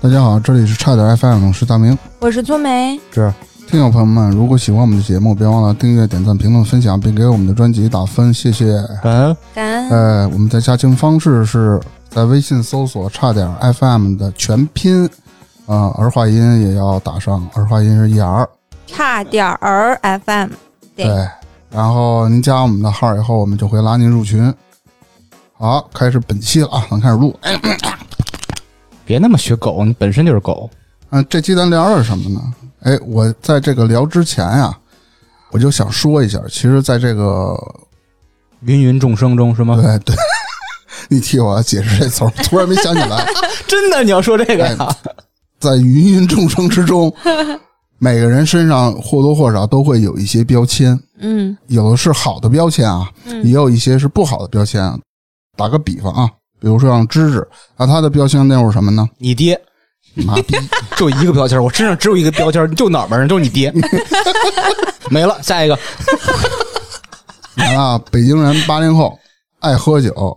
大家好，这里是差点 FM，我是大明。我是粗梅，听友朋友们，如果喜欢我们的节目，别忘了订阅、点赞、评论、分享，并给我们的专辑打分，谢谢。感恩感恩。呃，我们的加群方式是在微信搜索“差点 FM” 的全拼，啊、儿化音也要打上，儿化音是 er。差点儿 FM，对对，然后您加我们的号以后，我们就会拉您入群。好，开始本期了 啊，咱开始录。嗯、别那么学狗，你本身就是狗。哎这期咱聊点什么呢？哎，我在这个聊之前呀、我就想说一下，其实在这个芸芸众生中是吗？哎对 对，你替我解释这词儿，突然没想起来。真的，你要说这个呀？啊哎在芸芸众生之中，每个人身上或多或少都会有一些标签，嗯有的是好的标签啊，也嗯有一些是不好的标签啊。打个比方啊，比如说像芝芝，那他的标签那会儿什么呢？你爹你妈逼！就一个标签，我身上只有一个标签，就脑门上就是你 爹，没了。下一个，你看啊，北京人八零后，爱喝酒，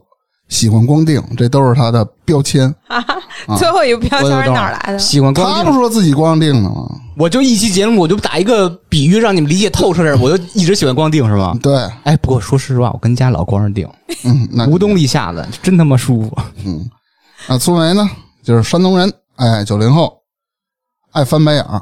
喜欢光腚，这都是他的标签。啊，最后一个标我签等是会哪儿儿来的？喜欢他光不腚，说自己光腚的吗？我就一期节目，我就打一个比喻，让你们理解透彻点。我就一直喜欢光腚，是吗？对，哎，不过说实话，我跟家老光着腚，嗯，那无冬立夏的，真他妈舒服。嗯，那苏梅呢，就是山东人，哎，九零后，爱翻白眼儿，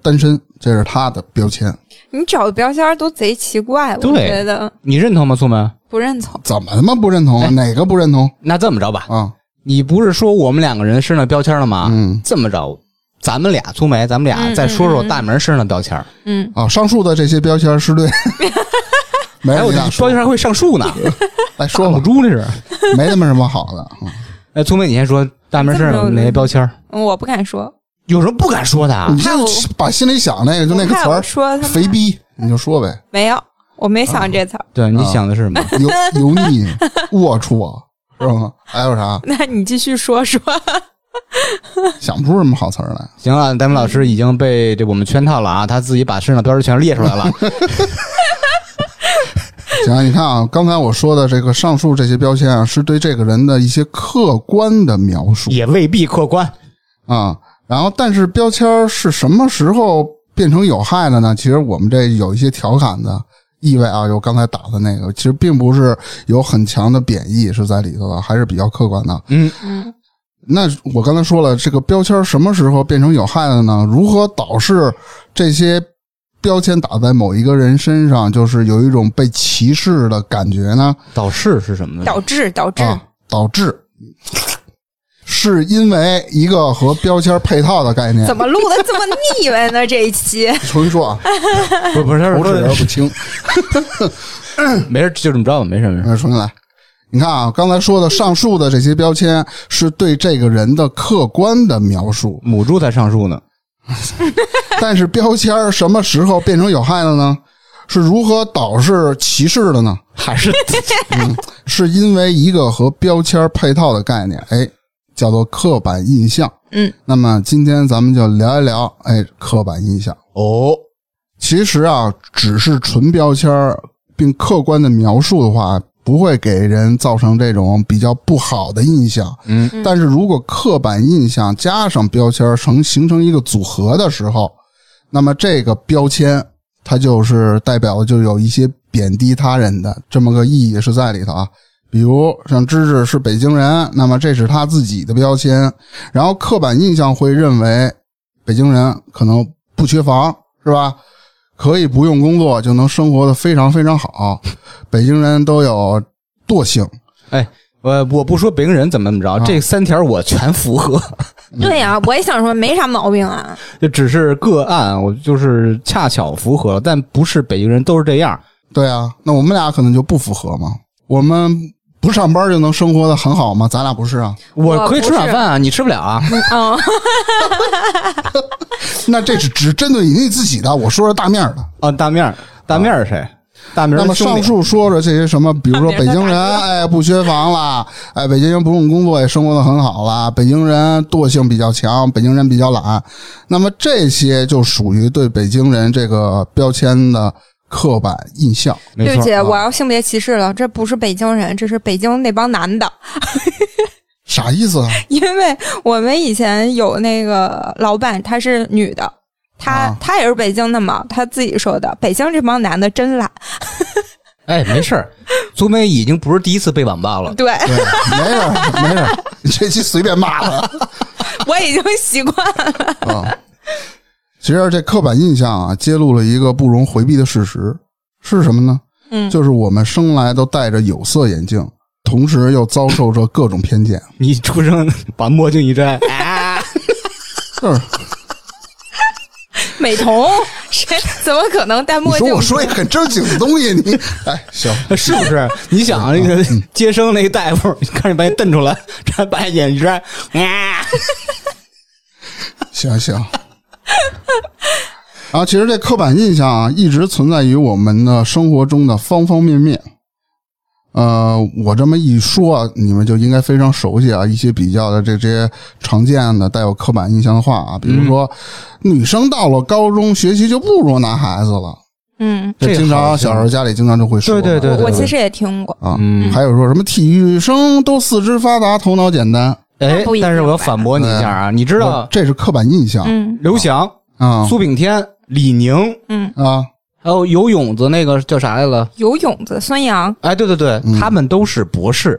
单身，这是他的标签。你找的标签儿都贼奇怪，我对觉得你认同吗，苏梅？不认同。怎么他妈不认同？啊？哪个不认同那这么着吧，啊？你不是说我们两个人身上标签了吗？嗯，这么着，咱们俩粗梅，咱们俩嗯再说说大明身上的标签儿。嗯，啊，上述的这些标签是对，没哎，人我这家标说签还会上树呢，来哎说说啊母吧，猪这是。没他妈什么好的。嗯哎，粗梅，你先说大明身上有哪些标签儿？嗯我不敢说，有什么不敢说的啊你？怕我就把心里想那个就那个词我怕我儿，说他们肥逼，啊你就说呗，没有，我没想这词儿。 对，你想的是什 么？油油腻、龌龊，是吗？还有啥？那你继续说说，嗯想不出什么好词儿来。行啊，大明老师已经被这我们圈套了啊，他自己把身上的标签全列出来 了。行，你看啊，刚才我说的这个上述这些标签啊，是对这个人的一些客观的描述也未必客观。啊。然后，但是标签儿是什么时候变成有害的呢？其实我们这有一些调侃的意味啊，就刚才打的那个，其实并不是有很强的贬义是在里头的，还是比较客观的。嗯嗯那我刚才说了，这个标签什么时候变成有害的呢？如何导致这些标签打在某一个人身上，就是有一种被歧视的感觉呢？导视是什么呢？导致导致，啊，导致是因为一个和标签配套的概念怎。么录哎的这么腻歪 呢？这一期重新说啊，不不是，他口齿有点不说清。没事，就这么着吧，没事没事。呃，重新来。你看啊，刚才说的上述的这些标签是对这个人的客观的描 述，母猪才上树呢，但是标签儿什么时候变成有害的呢？是如何导致歧视的呢？还 是是因为一个和标签儿配套的概念，哎，叫做刻板印象。嗯，那么今天咱们就聊一聊，哎，刻板印象。哦，其实啊，只是纯标签儿并客观的描述的话，不会给人造成这种比较不好的印象。嗯，但是如果刻板印象加上标签儿成形成一个组合的时候，那么这个标签它就是代表的就有一些贬低他人的这么个意义是在里头啊。比如像芝芝是北京人，那么这是他自己的标签，然后刻板印象会认为北京人可能不缺房，是吧？可以不用工作就能生活的非常非常好，北京人都有惰性，我呃我不说北京人怎么怎么着，这三条我全符合，嗯对呀、我也想说没啥毛病啊。就只是个案，我就是恰巧符合了，但不是北京人都是这样。对啊，那我们俩可能就不符合嘛。我们不上班就能生活的很好吗？咱俩不是啊。我我可以不吃软是饭啊，你吃不了啊。嗯，那这是只针对你自己的，我说是大面儿的。啊，大面儿，大面儿是谁？大面儿那是么兄弟上述说着这些什么，比如说北京人，哎，不缺房啦，哎，北京人不用工作也生活的很好啦，北京人惰性比较强，北京人比较懒，那么这些就属于对北京人这个标签的刻板印象。没对不错起，啊我要性别歧视了，这不是北京人，这是北京那帮男的。啥意思啊？因为我们以前有那个老板，她是女的，她、啊她也是北京的嘛，她自己说的，北京这帮男的真懒， 哎，没事儿，苏梅已经不是第一次被网霸了。对对，没事儿没事儿，这期随便骂啊他我已经习惯了。啊。其实这刻板印象啊，揭露了一个不容回避的事实是什么呢？嗯，就是我们生来都戴着有色眼镜，同时又遭受着各种偏见。你出生把墨镜一摘，就是美瞳， 谁怎么可能戴你墨说镜？我说一很正经的东西，你哎行， 是不是？你想啊，那个接生那个大夫，看你把你瞪出来，摘把眼一摘，啊，行 行。然后，啊其实这刻板印象啊，一直存在于我们的生活中的方方面面。呃，我这么一说啊，你们就应该非常熟悉啊，一些比较的这这些常见的带有刻板印象的话啊，比如嗯说，女生到了高中学习就不如男孩子了，嗯，这经好常像小时候家里经常就会说嘛，对对对我我其实也听过，啊，嗯还有说什么体育生都四肢发达，头脑简单，哎不一，定但是我要反驳你一下啊，你知道这是刻板印象嗯刘翔、啊苏炳添、李宁，嗯，啊，还有游泳的那个叫啥来了？游泳的孙杨，哎，对对对，他们都是博士，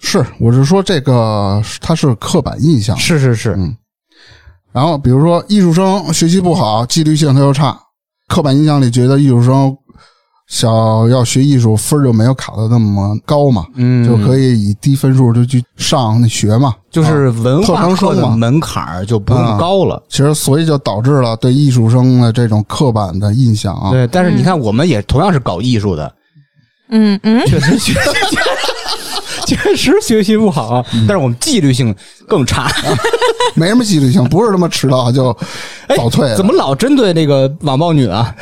是，我是说这个它是刻板印象。嗯是是是，然后比如说艺术生学习不好，纪律性他又差，刻板印象里觉得艺术生想要学艺术分儿就没有卡的那么高嘛，嗯就可以以低分数就去上那学嘛，就是文特化长课生的嘛门槛儿就不用高了。其实所以就导致了对艺术生的这种刻板的印象啊。对，但是你看，我们也同样是搞艺术的，嗯嗯， 确实学习， 嗯确实学习不好，啊但是我们纪律性更差。没什么纪律性，不是他妈迟到就早退的。哎 怎么老针对那个网暴女啊？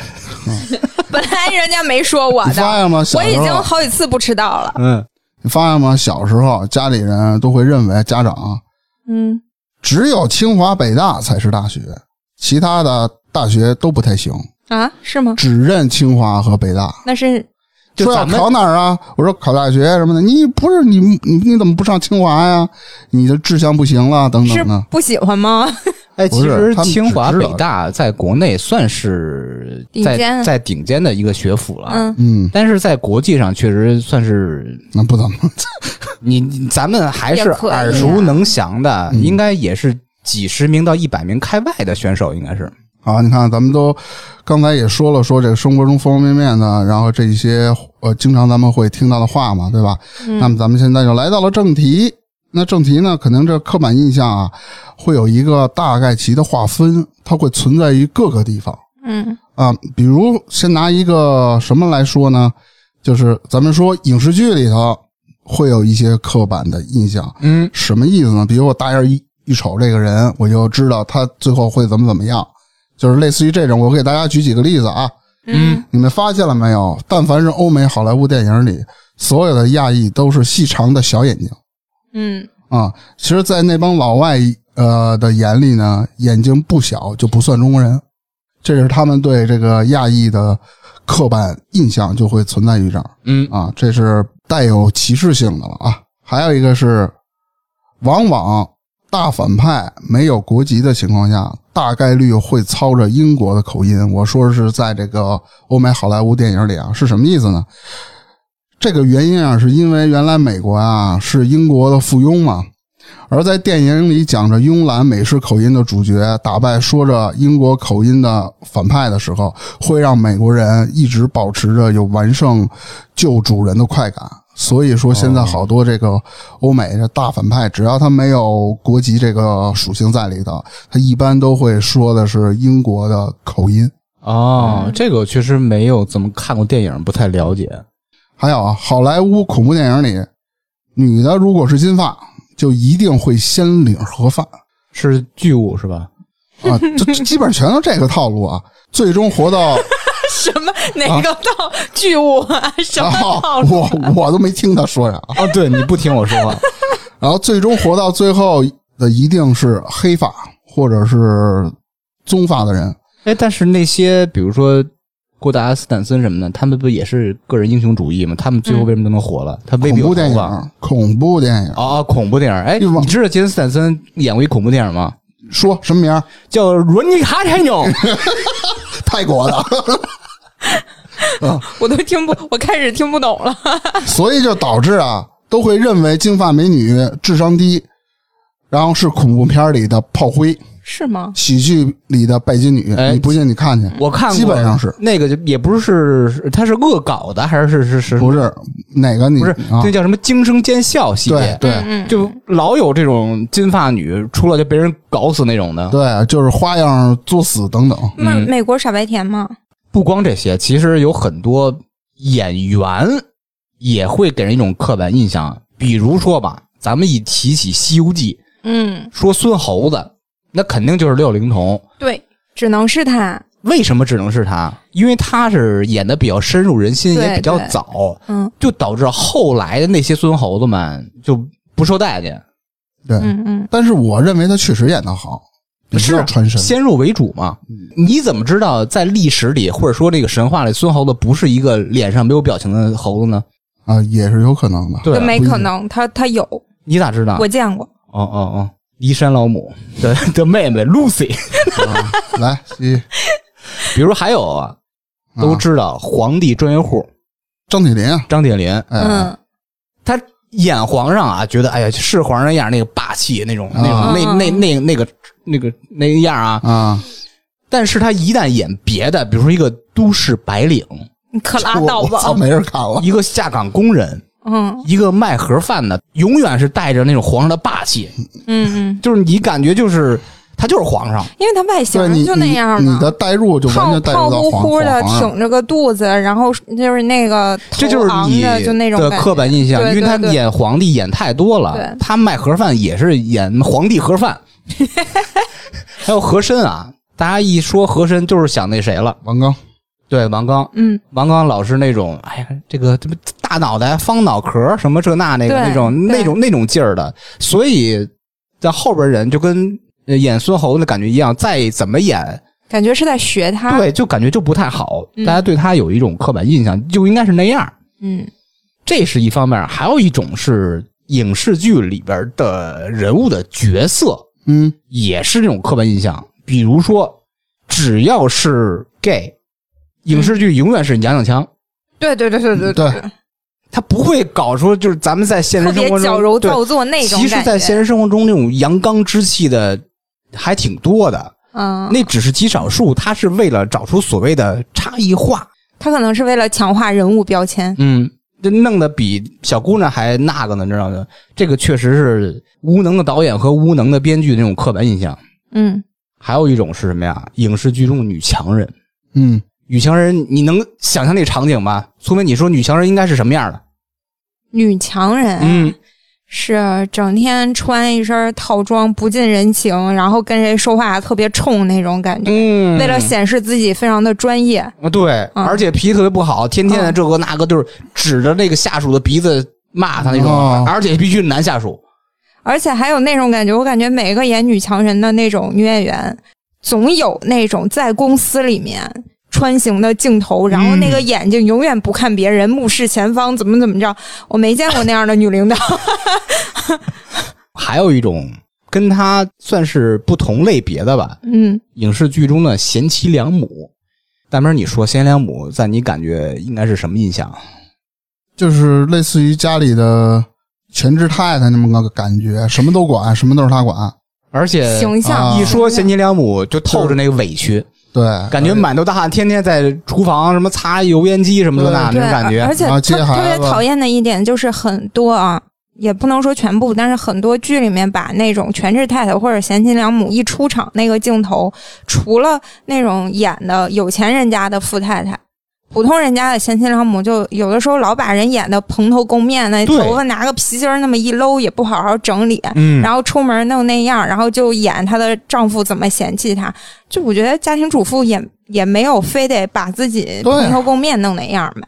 本来人家没说我你的，发现吗？小我时已候啊经好几次不迟到了。嗯，你发现吗？小时候家里人都会认为家长嗯，只有清华北大才是大学，其他的大学都不太行，啊，是吗？只认清华和北大。那是就说要咱们考哪儿啊？我说考大学什么的，你不是你你你怎么不上清华呀？你的志向不行了，等是等的。不喜欢吗？哎，不其是实他们清华、只知北道大在国内算是顶尖在的在顶尖的一个学府了，嗯，嗯，但是在国际上确实算是那不怎么，你你咱们还是也可以啊耳熟能详的，应该也是几十名到一百名开外的选手，应该是。好，啊你看，咱们都刚才也说了，说这个生活中方方面面的，然后这一些呃，经常咱们会听到的话嘛，对吧？那么咱们现在就来到了正题。那正题呢，可能这刻板印象啊，会有一个大概其的划分，它会存在于各个地方嗯啊。比如，先拿一个什么来说呢？就是咱们说影视剧里头会有一些刻板的印象，嗯，什么意思呢？比如我大眼一一瞅这个人，我就知道他最后会怎么怎么样，就是类似于这种。我给大家举几个例子啊，嗯你们发现了没有？但凡是欧美好莱坞电影里，所有的亚裔都是细长的小眼睛嗯，啊。其实，在那帮老外呃的眼里呢，眼睛不小就不算中国人，这是他们对这个亚裔的刻板印象就会存在于这儿。嗯啊，这是带有歧视性的了啊。还有一个是，往往大反派没有国籍的情况下，大概率会操着英国的口音。我说是在这个欧美好莱坞电影里啊，是什么意思呢？这个原因啊，是因为原来美国啊是英国的附庸嘛，而在电影里讲着慵懒美式口音的主角打败说着英国口音的反派的时候，会让美国人一直保持着有完胜旧主人的快感。所以说，现在好多这个欧美的大反派，只要他没有国籍这个属性在里头，他一般都会说的是英国的口音。哦，这个我确实没有怎么看过电影，不太了解。还有啊，好莱坞恐怖电影里，女的如果是金发，就一定会先领盒饭。是剧务是吧？啊，这这基本上全都这个套路啊。最终活到什么哪个道巨物啊？什么道 啊，路？我我都没听他说啥。哦，对你不听我说话，然后最终活到最后的一定是黑发或者是棕发的人。 哎，但是那些比如说郭达、斯坦森什么的，他们不也是个人英雄主义吗？他们最后为什么都能火了？他未必嗯恐有怖电头影发，恐怖电影，哦，恐怖电影。哎，欲望你知道杰森斯坦森演过一恐怖电影吗？说什么名儿？ 叫《伦尼卡泰纽》。泰国的，我都听不，我开始听不懂了。所以就导致啊，都会认为金发美女智商低，然后是恐怖片里的炮灰，是吗？喜剧里的拜金女。哎你不信你看去，我看过，基本上是那个就也不是是，它是恶搞的，还是是是是不是哪个你不是啊那？叫什么惊声尖笑系对列？对嗯，就老有这种金发女出来就被人搞死那种的。对，就是花样作死等等。那美国傻白甜吗？不光这些，其实有很多演员也会给人一种刻板印象，比如说吧，咱们一提起《西游记嗯，》，说孙猴子，那肯定就是六龄童。对，只能是他。为什么只能是他？因为他是演的比较深入人心，对也比较对早，嗯就导致后来的那些孙猴子们就不受待见，对，嗯嗯，但是我认为他确实演得好，比是较传神。嗯先入为主嘛。你怎么知道在历史里或者说这个神话里，孙猴子不是一个脸上没有表情的猴子呢？啊，也是有可能的。对啊，没不一可定能，他他有，你咋知道？我见过。哦哦哦，骊山老母的 的妹妹 Lucy， 来，一比如还有啊，都啊知道皇帝专业户张铁林啊，张铁林，哎，嗯，他演皇上啊，觉得哎呀是皇上样那个霸气那种啊那种那那那那个那个那个样啊，啊，但是他一旦演别的，比如说一个都市白领，你可拉我倒我吧。操，没人看了。一个下岗工人。嗯一个卖盒饭的，永远是带着那种皇上的霸气，嗯嗯，就是你感觉就是他就是皇上，因为他外形对你就那你样你嘛。的代入就完胖全代胖入到啊乎皇乎的，皇上。挺着个肚子，然后就是那个头这就是昂你着，就那种的感觉刻板印象，对因为他对对演皇帝演太多了对，他卖盒饭也是演皇帝 盒饭，还有和珅啊，大家一说和珅就是想那谁了，王刚，对王刚，嗯，王刚老师那种，哎呀，这个这不大脑袋方脑壳什么这那那个对那种对那种那种劲儿的，所以在后边人就跟呃演孙猴子的感觉一样，再怎么演，感觉是在学他。对，就感觉就不太好，啊嗯大家对他有一种刻板印象，就应该是那样。嗯这是一方面，还有一种是影视剧里边的人物的角色嗯，也是这种刻板印象。比如说，只要是 gay，影视剧永远是娘娘腔，对对对对对对对，他不会搞出就是咱们在现特实生别活中矫揉对造作那种其实感，在现觉。实生活中那种阳刚之气的还挺多的，嗯，那只是极少数。他是为了找出所谓的差异化，他可能是为了强化人物标签。嗯，这弄得比小姑娘还那个呢，知道吗？这个确实是无能的导演和无能的编剧那种刻板印象。嗯，还有一种是什么呀？影视剧中的女强人，嗯，女强人，你能想象那场景吗？苏菲，你说女强人应该是什么样的？女强人，，嗯是整天穿一身套装不近人情，然后跟谁说话特别冲那种感觉，嗯，为了显示自己非常的专业。啊，对，嗯而且脾气特别不好，天天的嗯这个那个，就是指着那个下属的鼻子骂他那种，哦而且必须是男下属。而且还有那种感觉，我感觉每个演女强人的那种女演员，总有那种在公司里面穿行的镜头，然后嗯那个眼睛永远不看别人，目视前方，怎么怎么着。我没见过那样的女领导。还有一种跟他算是不同类别的吧，嗯，影视剧中的贤妻良母。大明儿，你说贤妻良母在你感觉应该是什么印象？就是类似于家里的全职太太那么个感觉，什么都管，什么都是她管。而且形象、啊呃一说贤妻良母，就透着那个委屈，对，感嗯觉满头大汗，天天在厨房什么擦油烟机什么的那嗯对，那种感而觉。啊且然后接特特孩别子讨厌的一点就是很多啊，也不能说全部，但是很多剧里面把那种全职太太或者贤妻良母一出场那个镜头，除了那种演的有钱人家的富太太。普通人家的贤妻良母，就有的时候老把人演的蓬头垢面的，对头发拿个皮筋儿那么一搂，也不好好整理，嗯，然后出门弄那样，然后就演她的丈夫怎么嫌弃她。就我觉得家庭主妇也也没有非得把自己对蓬头垢面弄那样吧。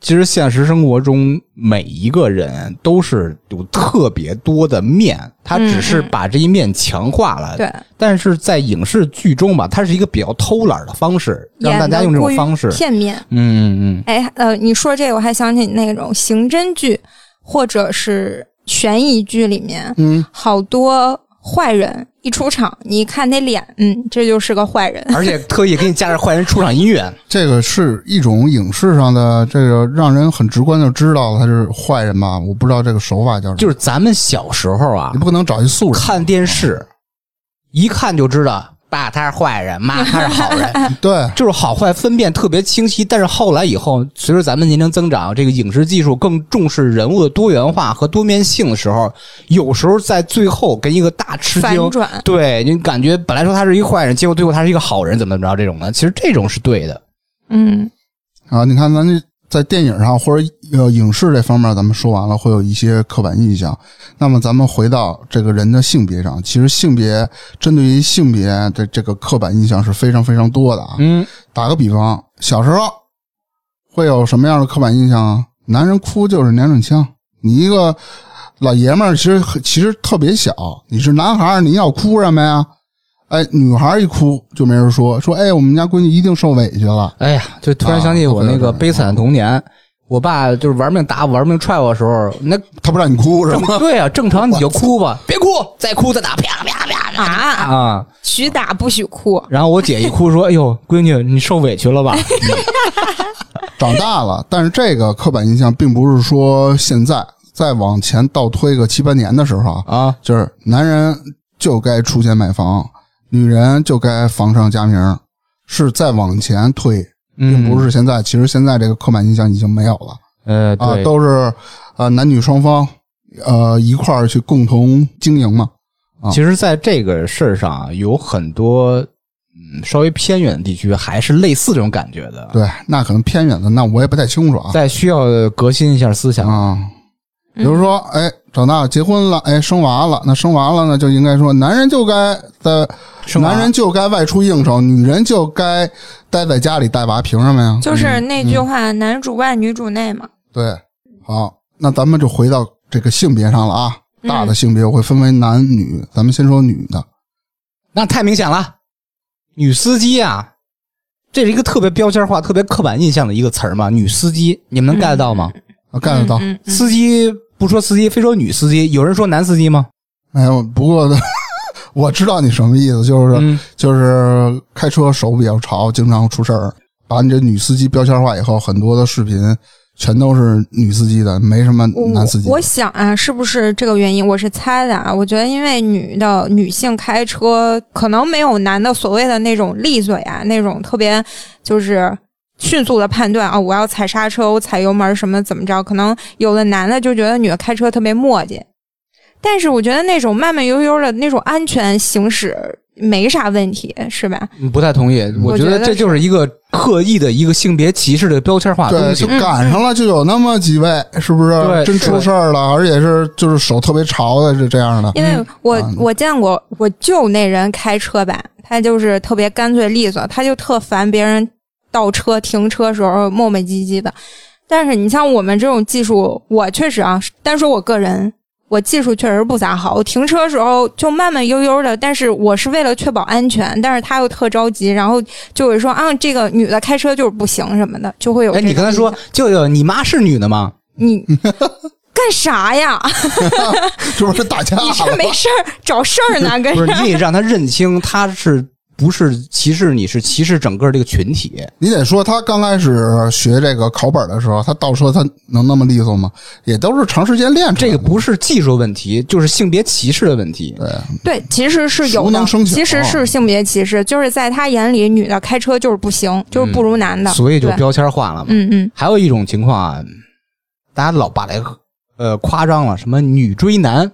其实现实生活中每一个人都是有特别多的面，他只是把这一面强化了。对，但是在影视剧中吧，它是一个比较偷懒的方式，让演大得家用这过种于方式。片面。嗯嗯哎，呃，你说这个我还想起那种刑侦剧，或者是悬疑剧里面嗯，好多坏人一出场，你一看那脸，嗯，这就是个坏人。嗯而且特意给你加上坏人出场音乐，这个是一种影视上的这个让人很直观就知道他是坏人吧？我不知道这个手法叫什么，就是咱们小时候啊你，不可能找一素人看电视，一看就知道爸他是坏人，妈他是好人，对。就是好坏分辨特别清晰。但是后来以后，随着咱们年龄增长，这个影视技术更重视人物的多元化和多面性的时候，有时候在最后跟一个大吃反惊。转，对你感觉本来说他是一个坏人，结果最后他是一个好人，怎么怎么着这种的，其实这种是对的。嗯，啊，你看咱这在电影上或者呃影视这方面，咱们说完了会有一些刻板印象。那么咱们回到这个人的性别上，其实性别针对于性别的这个刻板印象是非常非常多的啊。嗯，打个比方，小时候会有什么样的刻板印象啊？男人哭就是娘娘腔，你一个老爷们儿，其实很其实特别小，你是男孩儿，你要哭什么呀？哎，女孩儿一哭就没人说，说哎，我们家闺女一定受委屈了。哎呀，就突然想起我那个悲惨的童年，我爸就是玩命打我、玩命踹我的时候，那他不让你哭是吗？ 对啊，正常你就哭吧， 别哭，再哭再打，啪啪啪啪啊，啊！许打不许哭，然后我姐一哭说：“哎呦，闺女，你受委屈了 吧 长大了，但是这个刻板印象并不是说现在，再往前倒推个七八年的时候啊？”，啊，就是男人就该出钱买房，女人就该房上加名，是再往前推，并不是是现在。其实现在这个刻板印象已经没有了呃，啊，对，都是呃男女双方呃一块儿去共同经营嘛。其实在这个事儿上啊，有很多嗯稍微偏远的地区还是类似这种感觉的，对，那可能偏远的，那我也不太清楚啊。在需要革新一下思想。嗯啊。比如说，哎，长大了结婚了，哎，生娃了，那生娃了呢，就应该说，男人就该在，生娃男人就该外出应酬，女人就该待在家里带娃，凭什么呀？就是那句话，男主外女主内嘛。对，好，那咱们就回到这个性别上了啊。嗯大的性别我会分为男女，咱们先说女的。那太明显了，女司机啊，这是一个特别标签化、特别刻板印象的一个词儿嘛。女司机，你们能 get 到吗？啊 get 到，嗯，嗯司机不说司机，非说女司机，有人说男司机吗？没有。哎不过 我知道你什么意思，就是、嗯就是开车手比较潮，经常出事儿。把你这女司机标签化以后，很多的视频全都是女司机的，没什么我男司机的。我想啊，是不是这个原因？我是猜的啊。我觉得因为女的女性开车可能没有男的所谓的那种利索呀，那种特别就是迅速的判断啊、我要踩刹车，我踩油门什么怎么着？可能有的男的就觉得女的开车特别磨叽，但是我觉得那种慢慢悠悠的那种安全行驶没啥问题，是吧？不太同意，我觉觉得得这就是一个刻意的一个性别歧视的标签化的对，东就西。嗯赶上了，就有那么几位，是不是？对真是出事儿了，而且是就是手特别潮的，是这样的。因为我、啊我见过我舅那人开车吧，他就是特别干脆利索，他就特烦别人倒车停车时候磨磨唧唧的。但是你像我们这种技术，我确实啊，单说我个人，我技术确实不咋好。我停车时候就慢慢悠悠的，但是我是为了确保安全，但是他又特着急，然后就会说啊，这个女的开车就是不行什么的，就会有这哎，种印你象。刚才说舅舅，你妈是女的吗？ 你干啥呀？ 是不是打架你了这？没事儿找事儿呢，跟 不是，你得让他认清他是不是歧视你，是歧视整个这个群体。你得说他刚开始学这个考本的时候，他倒车他能那么利索吗？也都是长时间练出这来个的。不是技术问题，就是性别歧视的问题。对，其实是有熟的能，生巧啊其实是性别歧视，就是在他眼里，女的开车就是不行，就是不如男的，所以就对标签化了嘛。嗯嗯，还有一种情况啊，大家老把这个呃夸张了，什么女追男，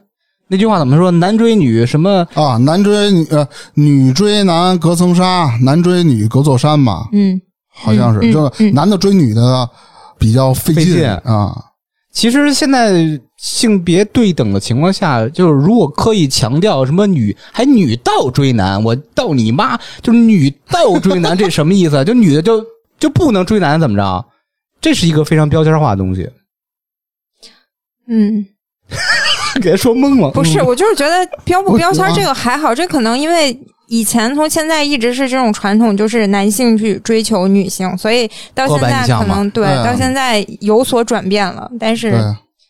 那句话怎么说？男追女什么？啊，男追女，呃，女追男隔层纱，男追女隔座山吧，嗯，好像是，嗯嗯就是男的追女的比较费费劲啊。其实现在性别对等的情况下，就是如果刻意强调什么女还女倒追男，我倒你妈，就是女倒追男，这什么意思啊？就女的就就不能追男，怎么着？这是一个非常标签化的东西，嗯，给他说懵了。不是，嗯我就是觉得标不我标签我这个还好，这可能因为以前从现在一直是这种传统，就是男性去追求女性，所以到刻现板在印象可能对，对啊到现在有所转变了，但是对，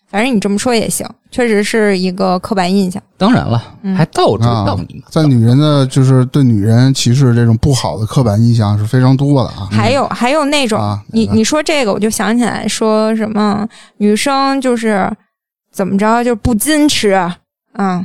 反正你这么说也行，确实是一个刻板印象。当然了，嗯还倒追啊到你嘛，在女人的，就是对女人歧视这种不好的刻板印象是非常多的啊。还有还有那种，啊你哪个你说这个，我就想起来说什么女生就是怎么着，就是不矜持，嗯，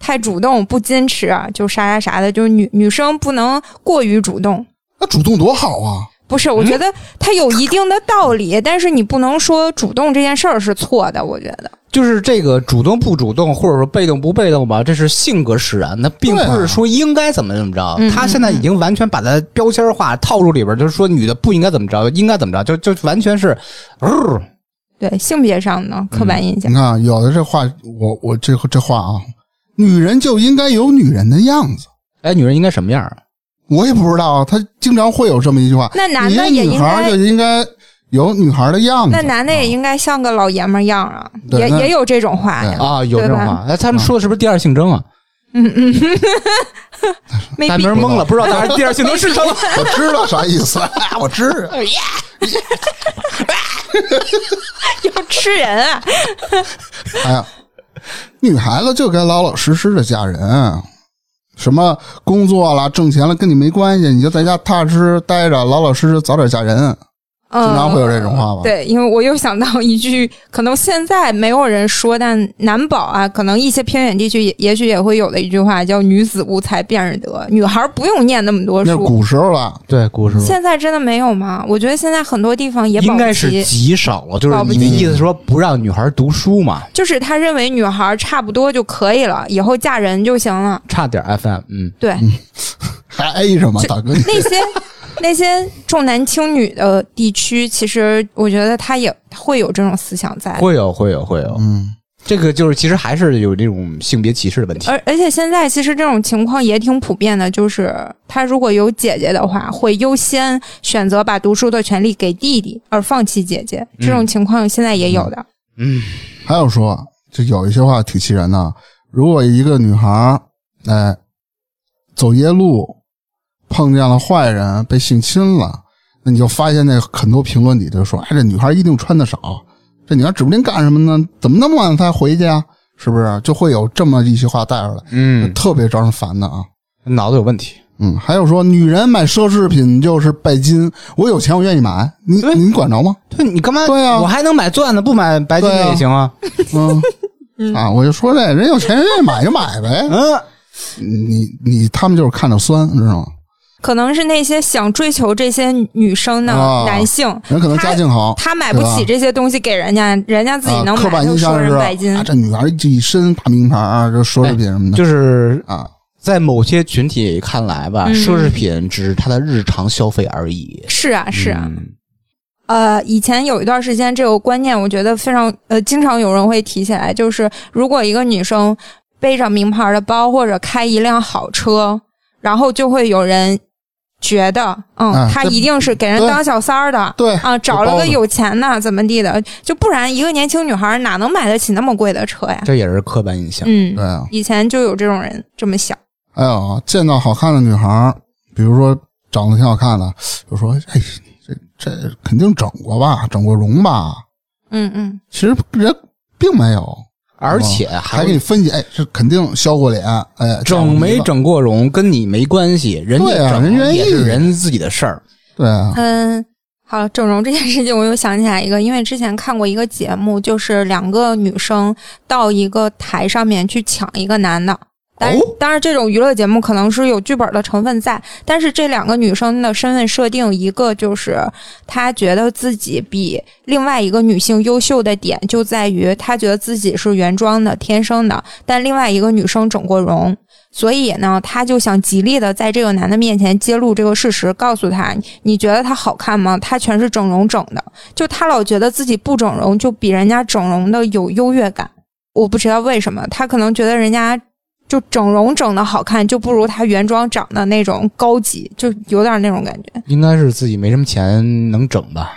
太主动不矜持，就啥啥啥的，就是女女生不能过于主动。那主动多好啊！不是，我觉得它有一定的道理， 但是你不能说主动这件事儿是错的。我觉得，就是这个主动不主动，或者说被动不被动吧，这是性格使然，那并对啊不是说应该怎么怎么着。嗯他现在已经完全把它标签化套入里边，就是说女的不应该怎么着，应该怎么着，就就完全是，呃对性别上呢，刻板印象你，看啊，有的这话，我我这这话啊，女人就应该有女人的样子。哎，女人应该什么样啊？我也不知道啊，他经常会有这么一句话，那男的你也女应孩该儿就应该有女孩儿的样子 那。男的也应该像个老爷们儿样啊，对也那也有这种话呀对。啊，有这种对话，哎，他们说的是不是第二性征啊？嗯嗯，没大必明儿懵了，不知道他是第二性征是什么。我知道啥意思， 哎我知道。要吃人啊！哎呀，女孩子就该老老实实的嫁人，什么工作了、挣钱了跟你没关系，你就在家踏踏实实待着，老老实实早点嫁人。嗯经常会有这种话吧？，对，因为我又想到一句，可能现在没有人说，但难保啊，可能一些偏远地区也也许也会有的一句话叫“女子无才便是德”，女孩儿不用念那么多那是书。古时候啊了。对，古时候现在真的没有吗？我觉得现在很多地 方也保应不该是齐极少了，就是保不你的意思是说不让女孩读书嘛？就是他认为女孩儿差不多就可以了，以后嫁人就行了。差点 FM，嗯，对，还 A 什么，大哥？你那 些那些重男轻女的地区，其实我觉得他也会有这种思想在。会有，会有，会有。嗯，这个就是其实还是有这种性别歧视的问题。而而且现在其实这种情况也挺普遍的，就是他如果有姐姐的话，会优先选择把读书的权利给弟弟，而放弃姐姐。这嗯种情况现在也有的。嗯，还有说，就有一些话挺气人的。如果一个女孩儿，哎，走夜路碰见了坏人，被性侵了，那你就发现那很多评论里就说：“哎，这女孩一定穿的少，这女孩指不定干什么呢？怎么那么晚才回去呀、是不是？”就会有这么一些话带出来，嗯，特别招人烦的啊。脑子有问题。嗯，还有说，女人买奢侈品就是拜金，我有钱我愿意买，你对你管着吗？对你干嘛？对啊我还能买钻的，不买白金对的啊也行啊。 嗯啊，我就说这人有钱人愿意买就买呗。嗯，你你他们就是看着酸，知道吗？可能是那些想追求这些女生的啊男性，人可能家境好，他买不起这些东西给人家，人家自己能啊、刻买板就印说象是人拜金啊，。这女孩这一身大名牌啊，这奢侈品什么的、就是啊，在某些群体看来吧，嗯奢侈品只是他的日常消费而已。是啊，是啊，嗯呃，以前有一段时间这个观念，我觉得非常呃，经常有人会提起来，就是如果一个女生背着名牌的包或者开一辆好车，然后就会有人觉得，嗯，啊她这一定是给人对当小三儿的，对啊，找了包个子有钱的，怎么地的，就不然一个年轻女孩哪能买得起那么贵的车呀？这也是刻板印象。嗯对，啊，以前就有这种人这么想，还有啊，见到好看的女孩儿，比如说长得挺好看的，就说哎，这这肯定整过吧，整过容吧？嗯嗯，其实人并没有，而且啊哦还还给你分析，哎，这肯定削过脸，哎，整没？整过容跟你没关系，人家对啊整人愿意也是人自己的事儿。对啊，嗯，好，整容这件事情我又想起来一个，因为之前看过一个节目，就是两个女生到一个台上面去抢一个男的。但是哦，当然，这种娱乐节目可能是有剧本的成分在。但是这两个女生的身份设定，一个就是她觉得自己比另外一个女性优秀的点，就在于她觉得自己是原装的、天生的，但另外一个女生整过容。所以呢，她就想极力的在这个男的面前揭露这个事实，告诉他，你觉得她好看吗？她全是整容整的，就她老觉得自己不整容就比人家整容的有优越感。我不知道为什么，她可能觉得人家就整容整的好看，就不如她原装长的那种高级，就有点那种感觉。 应该是自己没什么钱能整吧？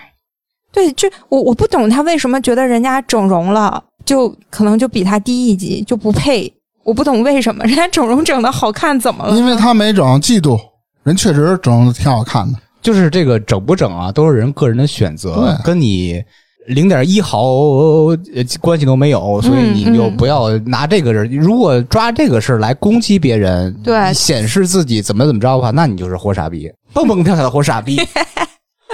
对，就我我不懂她为什么觉得人家整容了就可能就比她低一级，就不配。我不懂为什么人家整容整的好看怎么了呢？因为他没整，嫉妒人确实整的挺好看的，就是这个整不整啊，都是人个人的选择，对跟你零点一毫呃关系都没有，所以你就不要拿这个人。如果抓这个事儿来攻击别人，对显示自己怎么怎么着的话，那你就是活傻逼，蹦蹦跳跳的活傻 逼。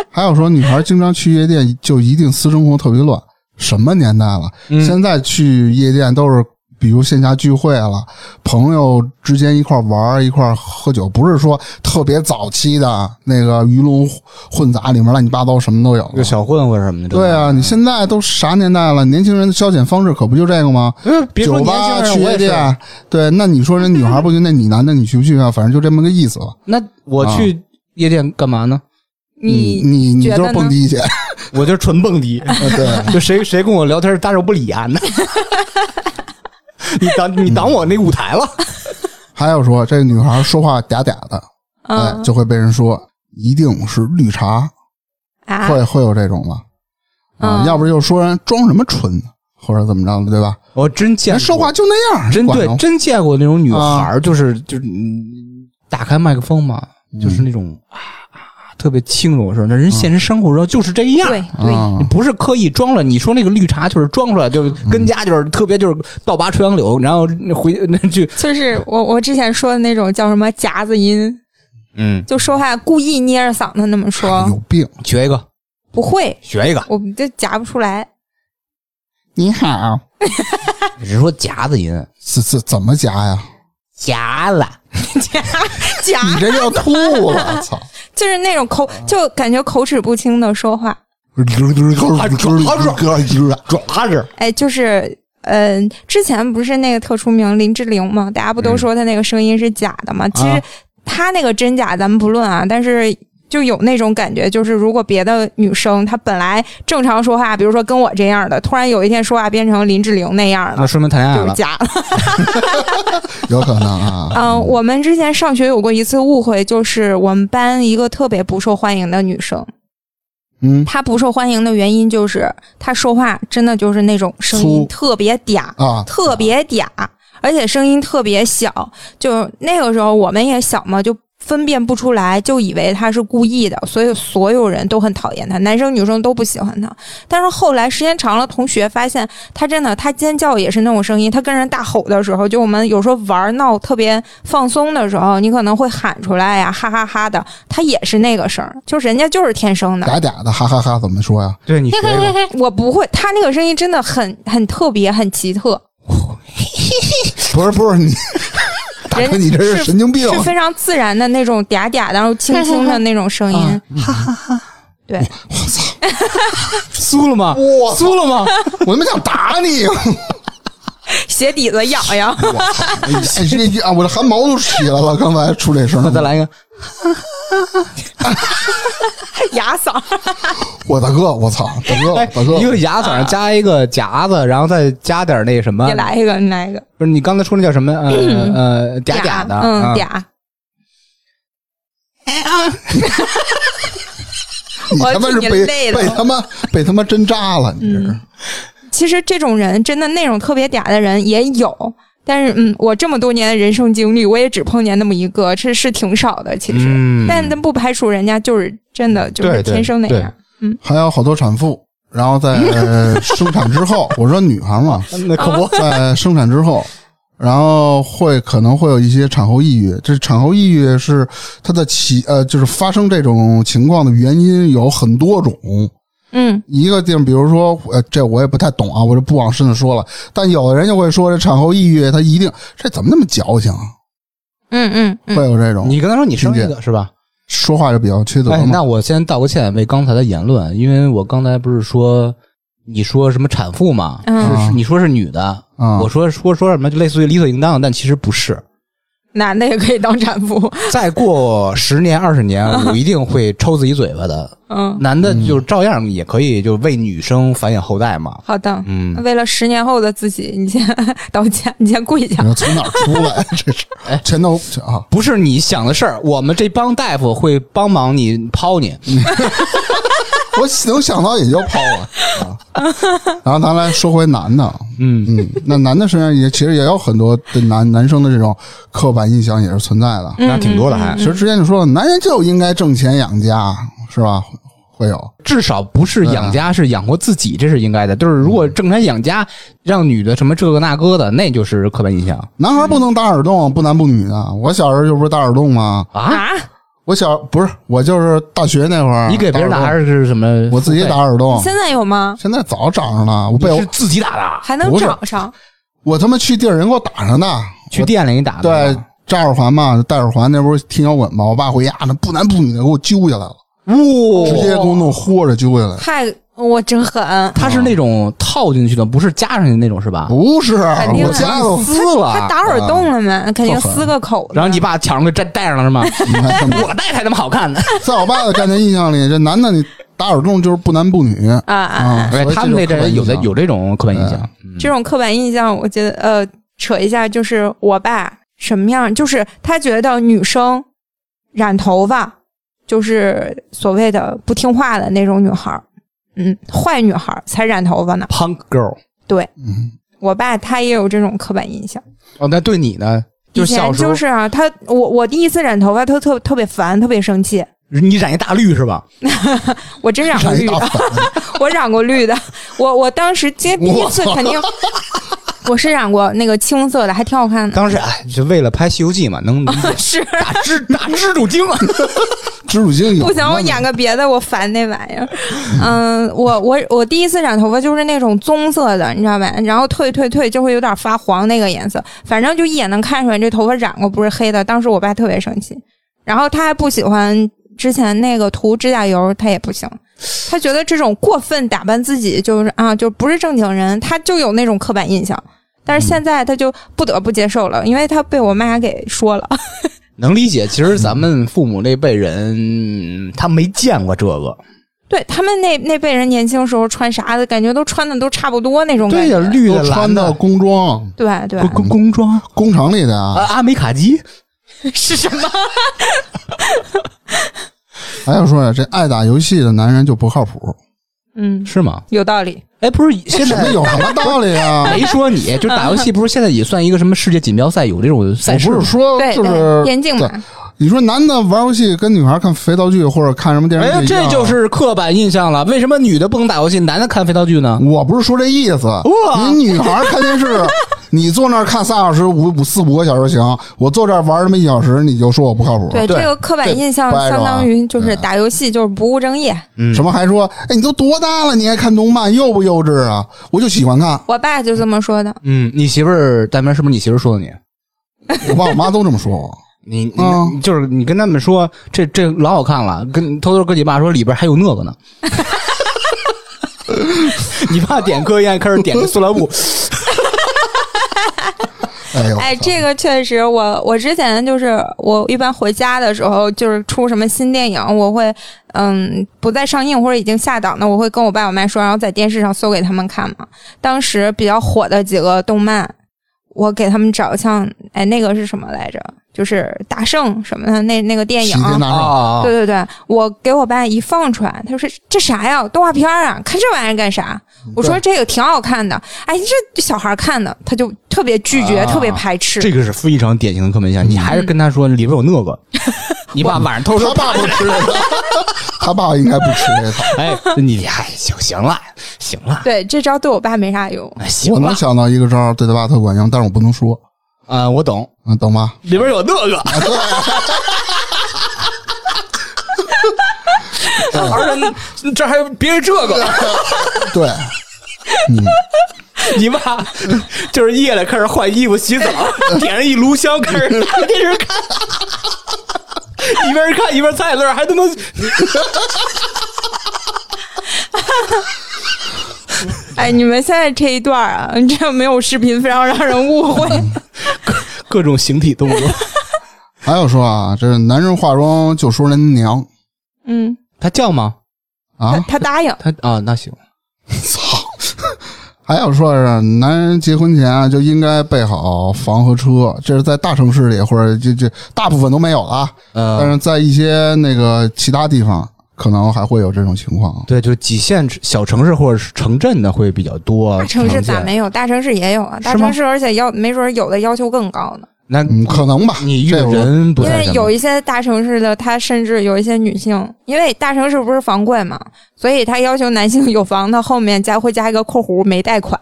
还有说，女孩经常去夜店，就一定私生活特别乱。什么年代了？嗯现在去夜店都是，比如线下聚会了，朋友之间一块玩儿一块喝酒，不是说特别早期的那个鱼龙混杂，里面乱七八糟什么都有就了。小混混什么的，对啊，你现在都啥年代了？年轻人的消遣方式可不就这个吗？嗯，别说酒年轻吧、去人，夜我也是。店，对，那你说人女孩不去，那你男的你去不去啊？反正就这么个意思吧。那我去夜店干嘛呢？你你你你觉得就是蹦呢迪去，呃我就是纯蹦 迪，对。就谁谁跟我聊天搭手不理啊？那 你挡你挡我那舞台了？还有说，这女孩说话嗲嗲的，哎，嗯就会被人说一定是绿茶，哎啊，会会有这种吧？啊，嗯要不然就说人装什么纯，或者怎么着的，对吧？我真见人过说啊话就那样，真管对，着真见过那种女孩儿，就是就是嗯打开麦克风嘛，就是那种啊啊特别轻柔的声，那人现实生活中就是这样。嗯对对，啊你不是刻意装了，你说那个绿茶就是装出来，就是跟家就是特别就是倒拔垂杨柳，然后那回那去，就是我我之前说的那种叫什么夹子音，嗯，就说话故意捏着嗓子那么说哎有，病。学一个，不会，学一个。我们就夹不出来。 你好，人说夹子音，怎怎怎么夹呀？夹了，夹夹你这要吐了，操！就是那种口，就感觉口齿不清的说话，抓着，哎，就是。嗯，之前不是那个特出名林志玲嘛，大家不都说她那个声音是假的嘛？其实她那个真假咱们不论啊，但是就有那种感觉，就是如果别的女生她本来正常说话，比如说跟我这样的，突然有一天说话变成林志玲那样那了，说明谈恋爱就是假啊了。的。有可能啊。嗯、我们之前上学有过一次误会，就是我们班一个特别不受欢迎的女生，嗯她不受欢迎的原因就是她说话真的就是那种声粗音特别嗲，啊，特别嗲，而且声音特别小。就那个时候我们也小嘛，就分辨不出来，就以为他是故意的，所以所有人都很讨厌他，男生女生都不喜欢他。但是后来时间长了，同学发现他真的，他尖叫也是那种声音，他跟人大吼的时候，就我们有时候玩闹特别放松的时候，你可能会喊出来呀，哈哈哈的，他也是那个声儿，就是人家就是天生的。 嗲嗲的，哈哈哈，怎么说呀？对你学一个，我不会，他那个声音真的很很特别，很奇特。不是不是你，大哥，人你这是神经病。哦是非常自然的那种嗲嗲的，然后轻轻的那种声音。啊嗯对，酥了吗？我酥了吗？我他妈想打你！鞋底子痒痒，哎这啊，我这汗毛都起来了，刚才出这声 那。再来一个， 哑嗓。啊我大哥，我操，大哥，哎大哥一，个牙嗓上加一个夹子，然后再加点那什么你？来一个，你来一个，不是你刚才说那叫什么？呃呃，嗲嗲的，嗯，啊嗲。你他妈是我被挺累的被他妈被他妈针扎了，你这是其实这种人真的那种特别嗲的人也有，但是嗯，我这么多年的人生经历，我也只碰见那么一个，这是挺少的其实。嗯但但不排除人家就是真的就是对对天生那对样。还有好多产妇，然后在生产之后，我说女孩嘛，那可不，在生产之后，然后会可能会有一些产后抑郁。这产后抑郁是它的起呃，就是发生这种情况的原因有很多种。嗯，一个地方，比如说，呃，这我也不太懂啊，我就不往深了说了。但有的人就会说，这产后抑郁，他一定这怎么那么矫情啊？嗯嗯嗯，会有这种你刚才说你生一个是吧？说话就比较缺德哎，嘛。那我先道个歉，为刚才的言论，因为我刚才不是说你说什么产妇嘛，嗯是你说是女的，啊我说说说什么就类似于理所应当，但其实不 是。男的也可以当产妇。再过十年二十年，我一定会抽自己嘴巴的。嗯，男的就照样也可以，就为女生繁衍后代嘛。好的。嗯，为了十年后的自己，你先 道歉，你先跪下你。说从哪儿出来？这是哎全都啊，不是你想的事儿，我们这帮大夫会帮忙你抛你。嗯我能想到也就抛了啊。然后咱来说回男的，嗯，嗯，那男的身上也其实也有很多对男男生的这种刻板印象也嗯是存在的。嗯那挺多的还其实之前就说了，男人就应该挣钱养家，是吧？会有，至少不是养家，是养活自己，这是应该的。就是如果正常养家，让女的什么这个那个的，那就是刻板印象男孩不能打耳洞，不男不女的。我小时候就不是打耳洞吗？啊。啊，我小不是，我就是大学那会儿，你给别人打耳还是什么洞，付费？我自己打耳洞。现在有吗？现在早长上了，我被你我是自己打的，啊还能不是找上？我他妈去地儿人给我打上的，去店里给你打的。对，扎耳环嘛，戴耳环那不是听摇滚嘛，我爸回家那不男不女的给我揪下来了，哇，直接给我弄豁着揪下来。太我真狠，啊它是那种套进去的，不是加上去的那种，是吧？不是，肯定我的家都都啊撕他了，打耳洞了没？肯定狠撕个口子。然后你爸抢上去摘戴上了是吗？ 我戴才他妈好看呢。 在我爸的概念印象里，这男的你打耳洞就是不男不女啊啊啊！啊。所以哎他们那这就刻阵板印有的象有这种刻板印象，嗯这种刻板印象，我觉得呃，扯一下就是我爸什么样，就是他觉得女生染头发就是所谓的不听话的那种女孩儿，嗯，坏女孩儿才染头发呢。 punk girl。对嗯，我爸他也有这种刻板印象，哦，那对你呢？以就是前小时候就是啊，他我我第一次染头发，他特特别烦，特别生气，你染一大绿是吧？我真染过染绿哎一大的，粉，我染过绿的，我我当时接第一次肯 定。我是染过那个青色的，还挺好看的。。当时哎，就为了拍《西游记》嘛，能理解是，打蜘 打蜘蛛精啊！蜘蛛精有不行，我那演个别的，我烦那玩意儿。嗯，我我我第一次染头发就是那种棕色的，你知道吧？然后退退退就会有点发黄那个颜色，反正就一眼能看出来这头发染过不是黑的。当时我爸特别生气，然后他还不喜欢之前那个涂指甲油，他也不行，他觉得这种过分打扮自己就是啊，就不是正经人，他就有那种刻板印象。但是现嗯在他就不得不接受了，因为他被我妈给说了。能理解，其实咱们父母那辈人，他没见过这个。对他们那那辈人年轻时候穿啥的感觉都穿的都差不多那种感对觉，呀，绿都的、穿蓝的的，工装，对对工工工装工厂里的啊，啊，阿美卡基， 是什么？还有哎说呀，这爱打游戏的男人就不靠谱，嗯，是吗？有道理。哎，不是，现什在 么有什么道理啊？哎没说你，就打游戏，不是现在也算一个什么世界锦标赛，有这种赛我事不吗是？说对就对是眼镜对嘛，你说男的玩游戏跟女孩看肥皂剧或者看什么电视剧、哎，这就是刻板印象了。为什么女的不能打游戏，男的看肥皂剧呢？我不是说这意思。你女孩看电视，你坐那儿看仨小时、五五四五个小时行，我坐这儿玩这么一小时，你就说我不靠谱。对对这个刻板印象哦这不挨着啊相当于就是打游戏就是不务正业。嗯什么还说，哎，你都多大了，你还看动漫，幼不幼稚啊？我就喜欢看，我爸就这么说的，嗯，你媳妇儿大明是不是你媳妇儿说的你？我爸我妈都这么说我。你你、嗯就是你跟他们说这这老好看了，跟偷偷跟你爸说里边还有那个呢。 你爸点科研开始点这塑料布，哎呦，哎，这个确实我，我之前就是我一般回家的时候，就是出什么新电影，我会嗯不再上映或者已经下档的，我会跟我爸我妈说，然后在电视上搜给他们看嘛。当时比较火的几个动漫，我给他们找像哎那个是什么来着？就是大圣什么的那那个电齐影，天大圣、啊对对对，我给我爸一放出来，他说这啥呀，动画片儿啊，看这玩意儿干啥？嗯我说这个挺好看的，哎，这小孩儿看的，他就特别拒绝，啊特别排斥。这个是非常典型的刻板印象。你还是跟他说里边有那个，你爸晚上偷他偷爸不吃这套， 他爸应该不吃这套。哎，你哎行行了行了对，这招对我爸没啥 用。哎行我了能想到一个招儿对他爸特管用，但是我不能说，啊、我懂，嗯，懂吧？里边有那个。 而且这还别这个，对，你爸就是夜里开始换衣服、洗澡，点上一炉香，开始拿电视看，一边看一边猜乐，还他妈哎，你们现在这一段啊， 这没有视频，非常让人误 会。各种形体动作。还有说啊，这男人化妆就说人娘嗯， 他叫吗？他啊，他答应，他啊，那行，还有说是男人结婚前啊就应该备好房和车，这是在大城市里或者这这大部分都没有了啊，但呃，是在一些那个其他地方可能还会有这种情况。对，就几线小城市或者是城镇的会比较多。大城市常见咋没有？大城市也有啊，大是吗城市而且要没准有的要求更高呢。那嗯，可能吧。你遇这的我人不因太为什么有一些大城市的，他甚至有一些女性，因为大城市不是房贵嘛，所以他要求男性有房，他后面加会加一个括弧没贷款。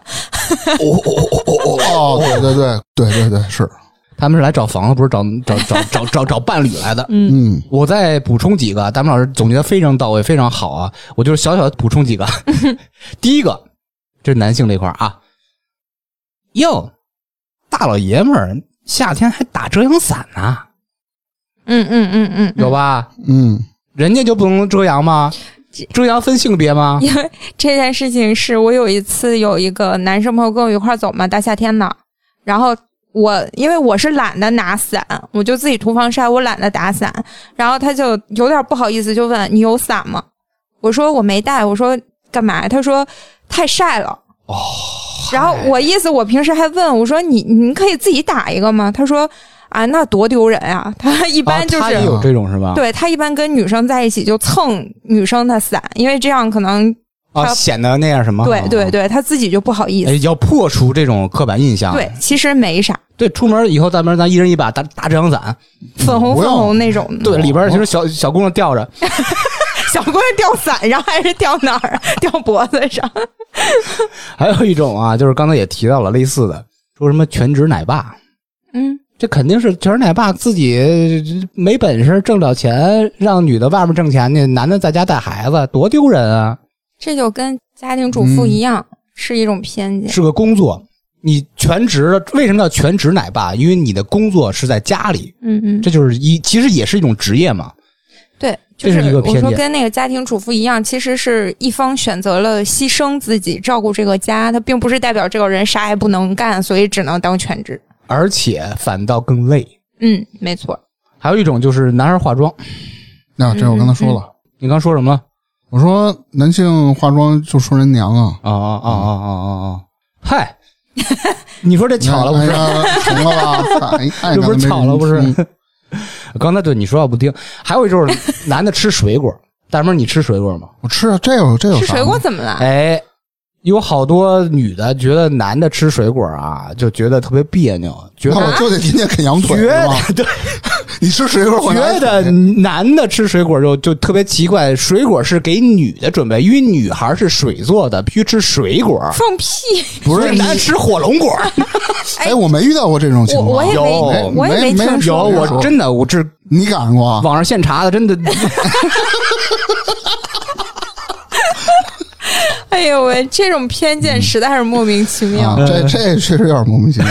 哦，对对对对对对，是，他们是来找房子，不是找找找找找找伴侣来的。嗯，我再补充几个，咱们老师总结的非常到位，非常好啊！我就是小小的补充 几个。第一个，这是男性这块儿啊，哟，大老爷们儿夏天还打遮阳伞呢、嗯嗯嗯嗯，有吧？嗯，人家就不能遮阳吗？遮阳分性别吗？因为这件事情是我有一次有一个男生朋友跟我一块儿走嘛，大夏天的，然后我因为我是懒得拿伞，我就自己涂防晒，我懒得打伞，然后他就有点不好意思，就问你有伞吗？我说我没带，我说干嘛？他说太晒了。哦，然后我意思，我平时还问我说你你可以自己打一个吗？他说啊，那多丢人啊！ 他一般就啊他是、也有这种是吧？对他一般跟女生在一起就蹭女生的伞，因为这样可能啊，他显得那样什么？哦对对对，他自己就不好意啊思。哎，要破除这种刻板印象。对，其实没啥，对，出门以后咱们咱一人一把大大遮阳伞，粉红不粉用红那种的，对，里边其实小小姑娘吊着， 小姑娘掉伞上还是掉哪儿？啊掉脖子上？还有一种啊，就是刚才也提到了类似的，说什么全职奶爸， 嗯，这肯定是全职奶爸自己没本事挣不了钱，让女的外面挣钱去，男的在家带孩子，多丢人啊！这就跟家庭主妇一样，是一种偏见。是个工作，你全职的为什么叫全职奶爸？因为你的工作是在家里，嗯嗯，这就是一其实也是一种职业嘛。对，这就是一个偏我说见跟那个家庭主妇一样，其实是一方选择了牺牲自己照顾这个家，他并不是代表这个人啥也不能干，所以只能当全职。而且反倒更累。嗯，没错。还有一种就是男孩化妆，那、这我刚才说了，你刚说什么了？我说男性化妆就说人娘啊，哦哦哦哦哦哦，嗨，你说这巧了不哎是？呀，成了 吧？哎，爱这不是男巧了不没人是？ 刚才对你说话不听，还有一种是男的吃水果，大妹儿你吃水果吗？我吃啊，这有这有吃啥水果怎么了？哎，有好多女的觉得男的吃水果啊，就觉得特别别扭，觉那得我啊就得天天啃羊腿觉是吗？得 对，你吃水果，我拿觉得腿男的吃水果就就特别奇怪，水果是给女的准备，因为女孩是水做的，必须吃水果，放屁！不所是以你男的吃火龙果。哎，我没遇到过这种情我我况也，没有我也没没听 有说过。我真的我这你赶上过啊？网上现查的，真的哎呦喂，这种偏见实在是莫名其妙。嗯啊，这 这确实有点莫名其妙。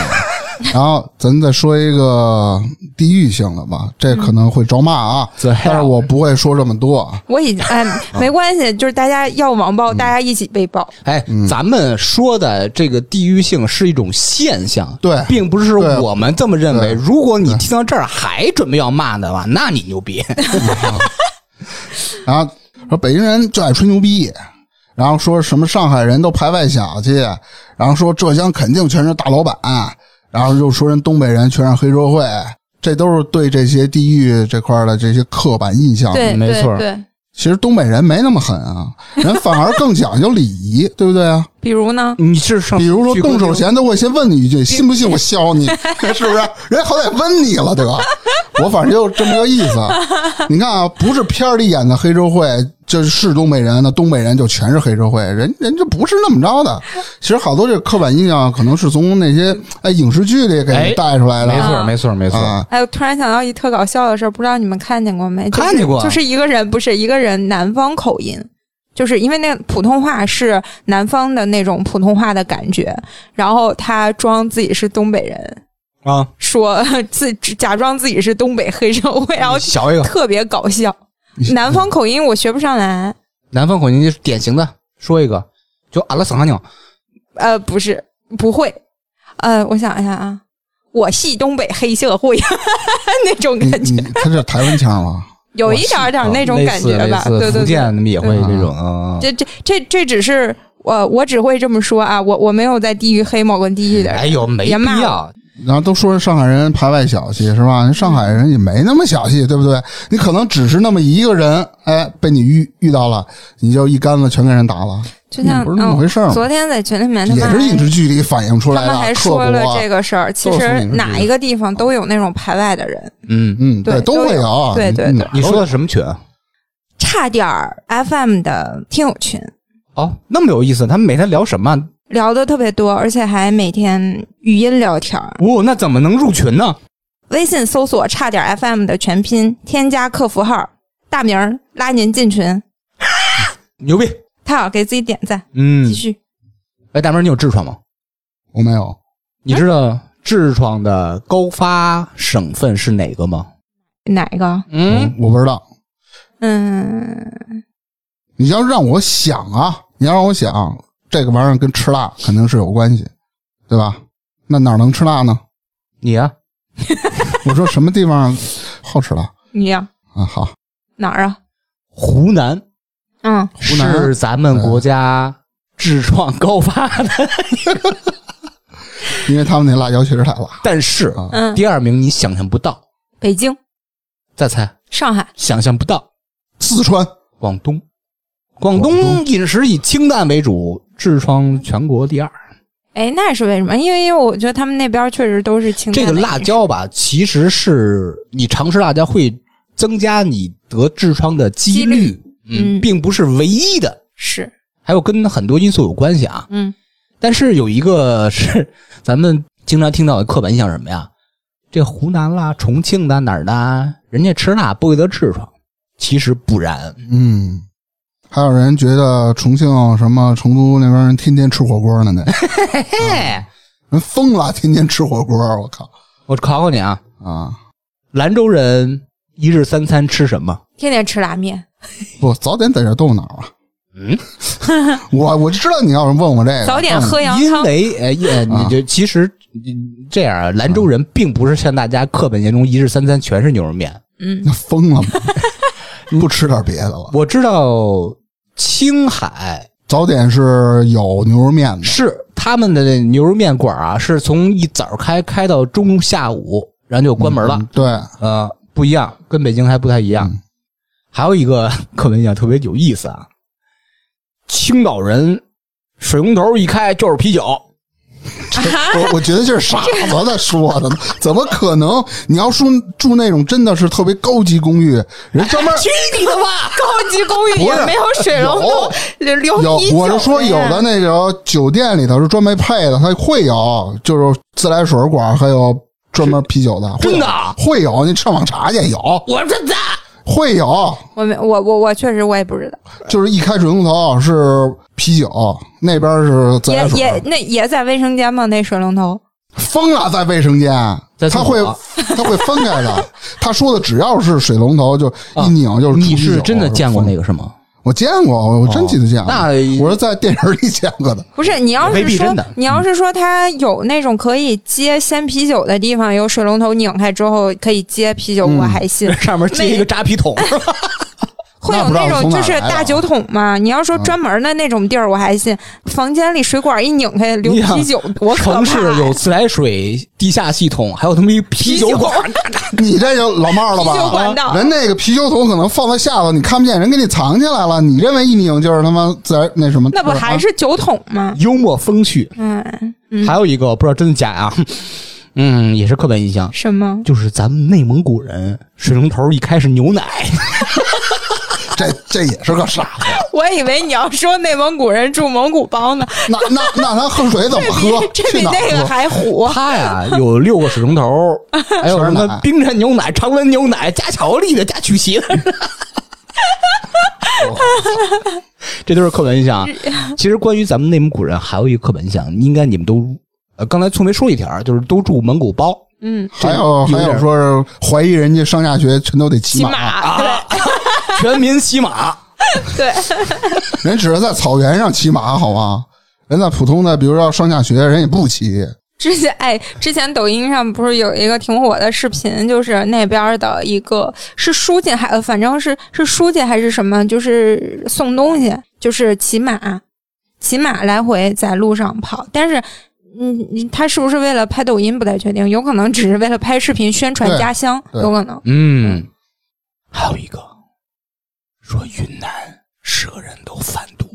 然后咱再说一个地域性的吧，这可能会招骂啊，对啊但是我不会说这么多啊。我已经哎，没关系，就是大家要网暴，大家一起被暴。哎，嗯咱们说的这个地域性是一种现象，对并不是我们这么认对为。如果你听到这儿还准备要骂的话，那你牛逼。然后说北京人就爱吹牛逼，然后说什么上海人都排外小气，然后说浙江肯定全是大老板，然后又说人东北人全是黑社会，这都是对这些地域这块儿的这些刻板印象。对，嗯没错对对。其实东北人没那么狠啊，人反而更讲究礼仪，对不对啊？比如呢？ 你是上比如说动手前都会先问你一句，信不信我削你，是不是？人家好歹问你了，得，我反正就这么个意思。你看啊，不是片儿里演的黑社会，这是东北人，那东北人就全是黑社会，人人这不是那么着的。其实好多这刻板印象啊可能是从那些哎影视剧里给哎你带出来的，没错，没错，没错。啊。哎，我突然想到一特搞笑的事儿，不知道你们看见过没？就是看见过啊就是一个人不是一个人南方口音，就是因为那普通话是南方的那种普通话的感觉，然后他装自己是东北人，啊，说自假装自己是东北黑社会，然后小一个特别搞笑。南方口音我学不上来，南方口音就是典型的，说一个就阿拉桑鸟，呃，不是不会，呃，我想一下啊，我系东北黑社会 那种你感觉你，他这台湾腔啊了，有一点儿点儿啊那种啊类感似觉吧，类似对对福对。建也会这种啊。这这这这只是我我只会这么说啊，我我没有在地域黑某个地域的人。哎呦，没别必骂要，然后都说上海人排外小气是吧？上海人也没那么小气，对不对？你可能只是那么一个人，哎，被你遇遇到了，你就一竿子全给人打了。就像也不是那么回事儿嗯嘛昨天在群里面他也们是影还视剧里反映出他来们还的，刻说薄了啊这。个事儿，其都是实影视剧哪一个地方都有那种排外的人，嗯，嗯，对都都会有有。对对嗯对你说的什么群啊？差点儿 FM 的听友群哦，那么有意思，他们每天聊什么啊？聊的特别多，而且还每天语音聊天儿。哦，那怎么能入群呢？微信搜索“差点 FM” 的全拼，添加客服号，大名儿拉您进群。牛逼！太好，给自己点赞，嗯继，续。哎，大明，你有痔疮吗？我没有，你知道痔疮的高发省份是哪个吗？哪一个？嗯，我不知道。嗯，你要让我想啊，你要让我想，这个玩意儿跟吃辣肯定是有关系，对吧？那哪能吃辣呢？你啊，我说什么地方好吃辣你呀、啊？好，哪儿啊？湖南嗯，湖南是咱们国家痔疮高发的，因为他们那辣椒确实太辣。但是啊嗯第二名你想象不到，北京、再猜，上海，想象不到，四川广东，广东东饮食以清淡为主，痔疮全国第二。哎，那是为什么？因为因为我觉得他们那边确实都是清淡这的个辣椒吧，其实是你常吃辣椒会增加你得痔疮的几率，嗯，嗯并不是唯一的，是，还有跟很多因素有关系啊。嗯，但是有一个是咱们经常听到的刻板印象是什么呀？这湖南啦、重庆的哪儿的，人家吃辣不会得痔疮，其实不然。嗯，还有人觉得重庆什么成都那边人天天吃火锅呢， 那嘿，人疯了，天天吃火锅，我靠啊我考考你啊，啊！兰州人一日三餐吃什么？天天吃拉面，不早点在这动脑啊！嗯， 我我知道你要是问我这个，早点喝羊嗯因汤。啊为呃，也你就其实嗯这样啊，兰州人并不是像大家刻板印象中一日三餐全是牛肉面。嗯那疯 了吗？不吃点别的了？我知道青海早点是有牛肉面的，是他们的牛肉面馆啊，是从一早开开到中下午，然后就关门了。嗯对，啊呃，不一样，跟北京还不太一样。嗯还有一个刻板印象特别有意思啊，青岛人水龙头一开就是啤酒，我我觉得这是傻子在说的，怎么可能？你要说住那种真的是特别高级公寓，人专门去 你的吧！高级公寓不是也没有水龙头，流有流啤，酒嗯我是说有呀的那个酒店里头是专门配的，它会有，就是自来水管，还有专门啤酒的，会有真的啊会有，你上网查去，有我说的，会有，我没我我我确实我也不知道，就是一开水龙头是啤酒，那边是自也来也水，那也在卫生间吗？那水龙头疯了在卫生间，在他厕会所啊他会分开的，他说的只要是水龙头就一拧就是啊你出啤酒是真的见过那个是吗？我见过，我真记得见过。那我是在电影里见过的。不是你要未是必说真的你要嗯是说它有那种可以接鲜啤酒的地方，有水龙头拧开之后可以接嗯啤酒，我 还信。 上面接一个扎啤 桶，会有那不知道那种从哪就儿是来的啊嗯大酒桶嘛？你要说专门的那种地儿，我还信。房间里水管一拧开流哎你想啤酒，多可怕！城市有自来水地下系统，还有他们一啤酒馆，你这就老帽了啤酒管道吧？人那个啤酒桶可能放在下头，你看不见，人给你藏起来了。你认为一拧就是他妈自然那什么？啊那不还是酒桶吗？幽默风趣。嗯，还有一个我不知道真的假啊，嗯，也是刻板印象，什么？ 就是咱们内蒙古人水龙头一开是牛奶，这这也是个傻子。我以为你要说内蒙古人住蒙古包呢，那那那他喝水怎么喝？这比去哪那儿 个喝？还虎。 他呀有六个水龙头， 还有全什是么奶冰镇牛奶、常温牛奶、加巧克力的、加曲奇 的。这都是刻板印象啊。其实关于咱们内蒙古人，还有一个刻板印象，应该你们都呃，刚才粗梅说一条，就是都住蒙古包。嗯，还有这有还有点说是怀疑人家上下学全都得骑骑马，马，对全民骑马，对，人只是在草原上骑马，好吗？人在普通的，比如说上下学，人也不骑。之前哎，之前抖音上不是有一个挺火的视频，就是那边的一个是书记还，呃反正是是书记还是什么，就是送东西，就是骑马，骑马来回在路上跑。但是，嗯，你他是不是为了拍抖音不太确定，有可能只是为了拍视频宣传对家乡，对有可能。嗯，还有一个说云南是个人都贩毒，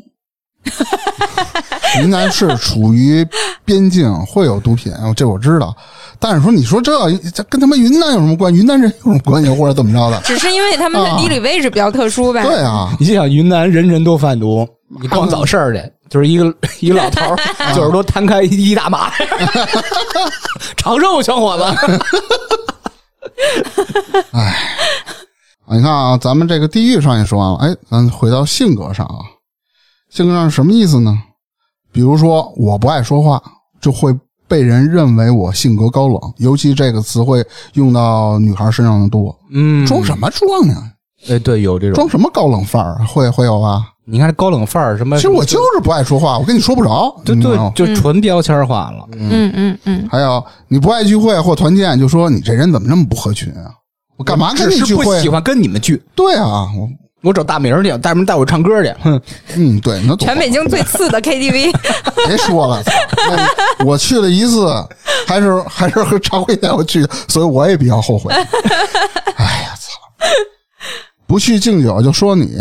云南是处于边境，会有毒品，这我知道。但是说你说这这跟他妈云南有什么关系？云南人有什么关系，或者怎么着的？只是因为他们的地理位置比较特殊呗。啊对啊，你就想云南人人都贩毒，你光找事儿 去，就是一个一个老 头儿，九十多摊开一大 马，长寿小伙子，啊你看啊，咱们这个地域上也说完了，哎，咱回到性格上啊，性格上是什么意思呢？比如说我不爱说话，就会被人认为我性格高冷，尤其这个词汇用到女孩身上的多。嗯装什么装呀？哎，对，有这种。装什么高冷范儿？会会有吧？你看这高冷范儿什么？其实我就是不爱说话，我跟你说不着。就你明哎对白吗，就纯标签化了。嗯嗯嗯，还有你不爱聚会或团建，就说你这人怎么这么不合群啊？我干嘛跟只你是聚不会喜？欢跟你们聚，对啊，我我找大明儿去，大明儿带我唱歌去。哼，嗯，对，那多全北京最次的 KTV，别说了，操那我去了一次，还是还是和常辉带我去，所以我也比较后悔。哎呀，操！不去敬酒就说你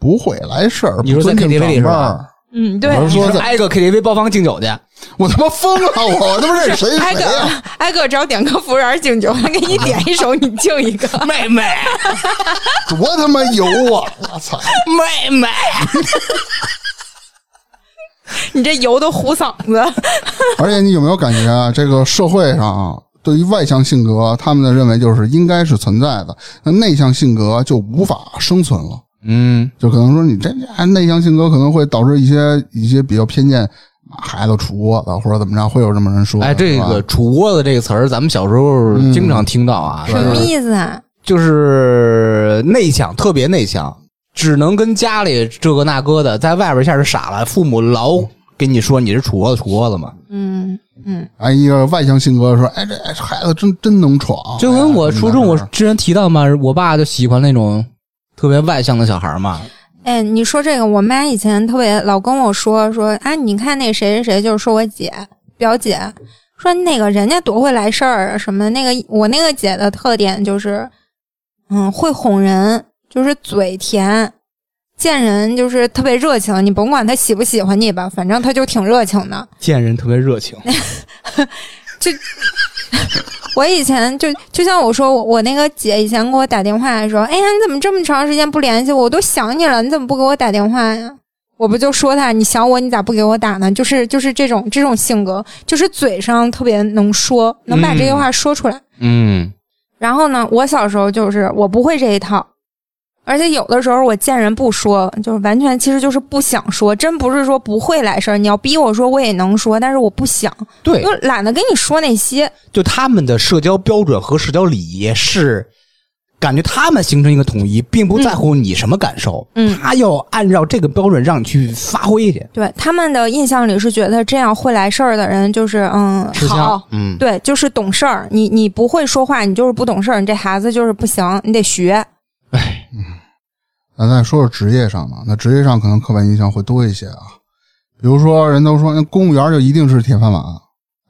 不会来事儿，你不说在尊敬 KTV 长里是辈吧儿，嗯对，我是说你在挨个 KTV 包房敬酒去，我他妈疯了，我我他妈认识谁挨谁个呀、 挨个找点歌服务员敬酒， 他给你点一首，你敬一个。妹妹多他妈油啊！我操！妹妹， 你这油都糊嗓子。而且你有没有感觉啊？这个社会上啊，对于外向性格，他们的认为就是应该是存在的，那内向性格就无法生存了。嗯，就可能说你这啊内向性格可能会导致一些一些比较偏见，啊孩子杵窝子或者怎么着，会有这么人说。哎，这是吧个“杵窝子”这个词儿，咱们小时候嗯经常听到啊，什么意思啊？就是内向，特别内向，只能跟家里这个那个的，在外边一下是傻了，父母老跟你说你是杵窝子杵窝子嘛，嗯嗯，哎一个外向性格说，哎这孩子真真能闯，就跟我初中哎我之前提到嘛，我爸就喜欢那种特别外向的小孩嘛，哎，你说这个，我妈以前特别老跟我说说，啊，你看那谁谁谁，就是说我姐表姐，说那个人家多会来事儿啊什么，那个我那个姐的特点就是，嗯，会哄人，就是嘴甜。见人就是特别热情，你甭管他喜不喜欢你吧，反正他就挺热情的。见人特别热情，我以前就就像我说，我我那个姐以前给我打电话的时候，哎呀，你怎么这么长时间不联系我？我都想你了，你怎么不给我打电话呀？我不就说她，你想我，你咋不给我打呢？就是就是这种这种性格，就是嘴上特别能说，能把这些话说出来。嗯，然后呢，我小时候就是我不会这一套，而且有的时候我见人不说，就是完全其实就是不想说，真不是说不会来事儿。你要逼我说，我也能说，但是我不想，对因，为懒得跟你说那些。就他们的社交标准和社交礼仪是。感觉他们形成一个统一，并不在乎你什么感受，嗯他要按照这个标准让你去发挥去，对他们的印象里是觉得这样会来事儿的人就是嗯吃香好，，嗯，对，就是懂事儿。你你不会说话，你就是不懂事儿，你这孩子就是不行，你得学。咱再说说职业上嘛，那职业上可能刻板印象会多一些啊。比如说，人都说那公务员就一定是铁饭碗，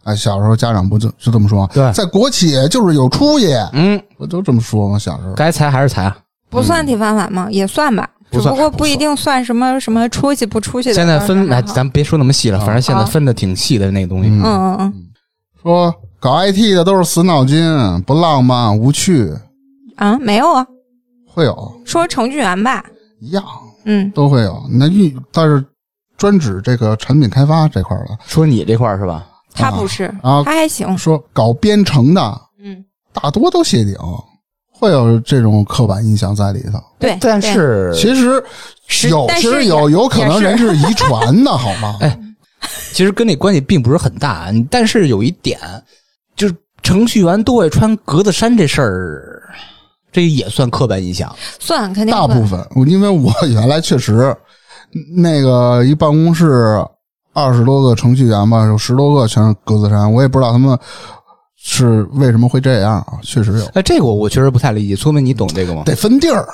哎，小时候家长不就就这么说？对在国企就是有出息，嗯，不都这么说吗？小时候该裁还是裁啊！不算铁饭碗吗？也算吧，嗯不只算不过不不一算定算什么什么出息不出息的事儿现还在好。哦分，哎，咱别说那么细了，反正现在好分的挺细的那个东西。嗯嗯嗯嗯说搞 IT 的都是死脑筋，不浪漫无趣，嗯啊，没有啊，会有说程序员吧，一样嗯，都会有。那运但是专指这个产品开发这块儿的，说你这块儿是吧？他不是，哦啊他还哎行，说搞编程的嗯，大多都谢顶，会有这种刻板印象在里头。对，但哎对是，其实是有，但其是实也有有可也能是人是遗传的，好 吗？哎其实跟那关系并不是很大。你但是有一点，就是程序员都爱穿格子衫这事儿，这也算刻板印象。算肯定大算部分，我因为我 原来确实那个一办公室二十多个程序员吧，有十多个全是格子衫，我也不知道他们是为什么会这样啊，确实有，哎，这个我我确实不太理解。聪明，你懂这个吗？得分地儿。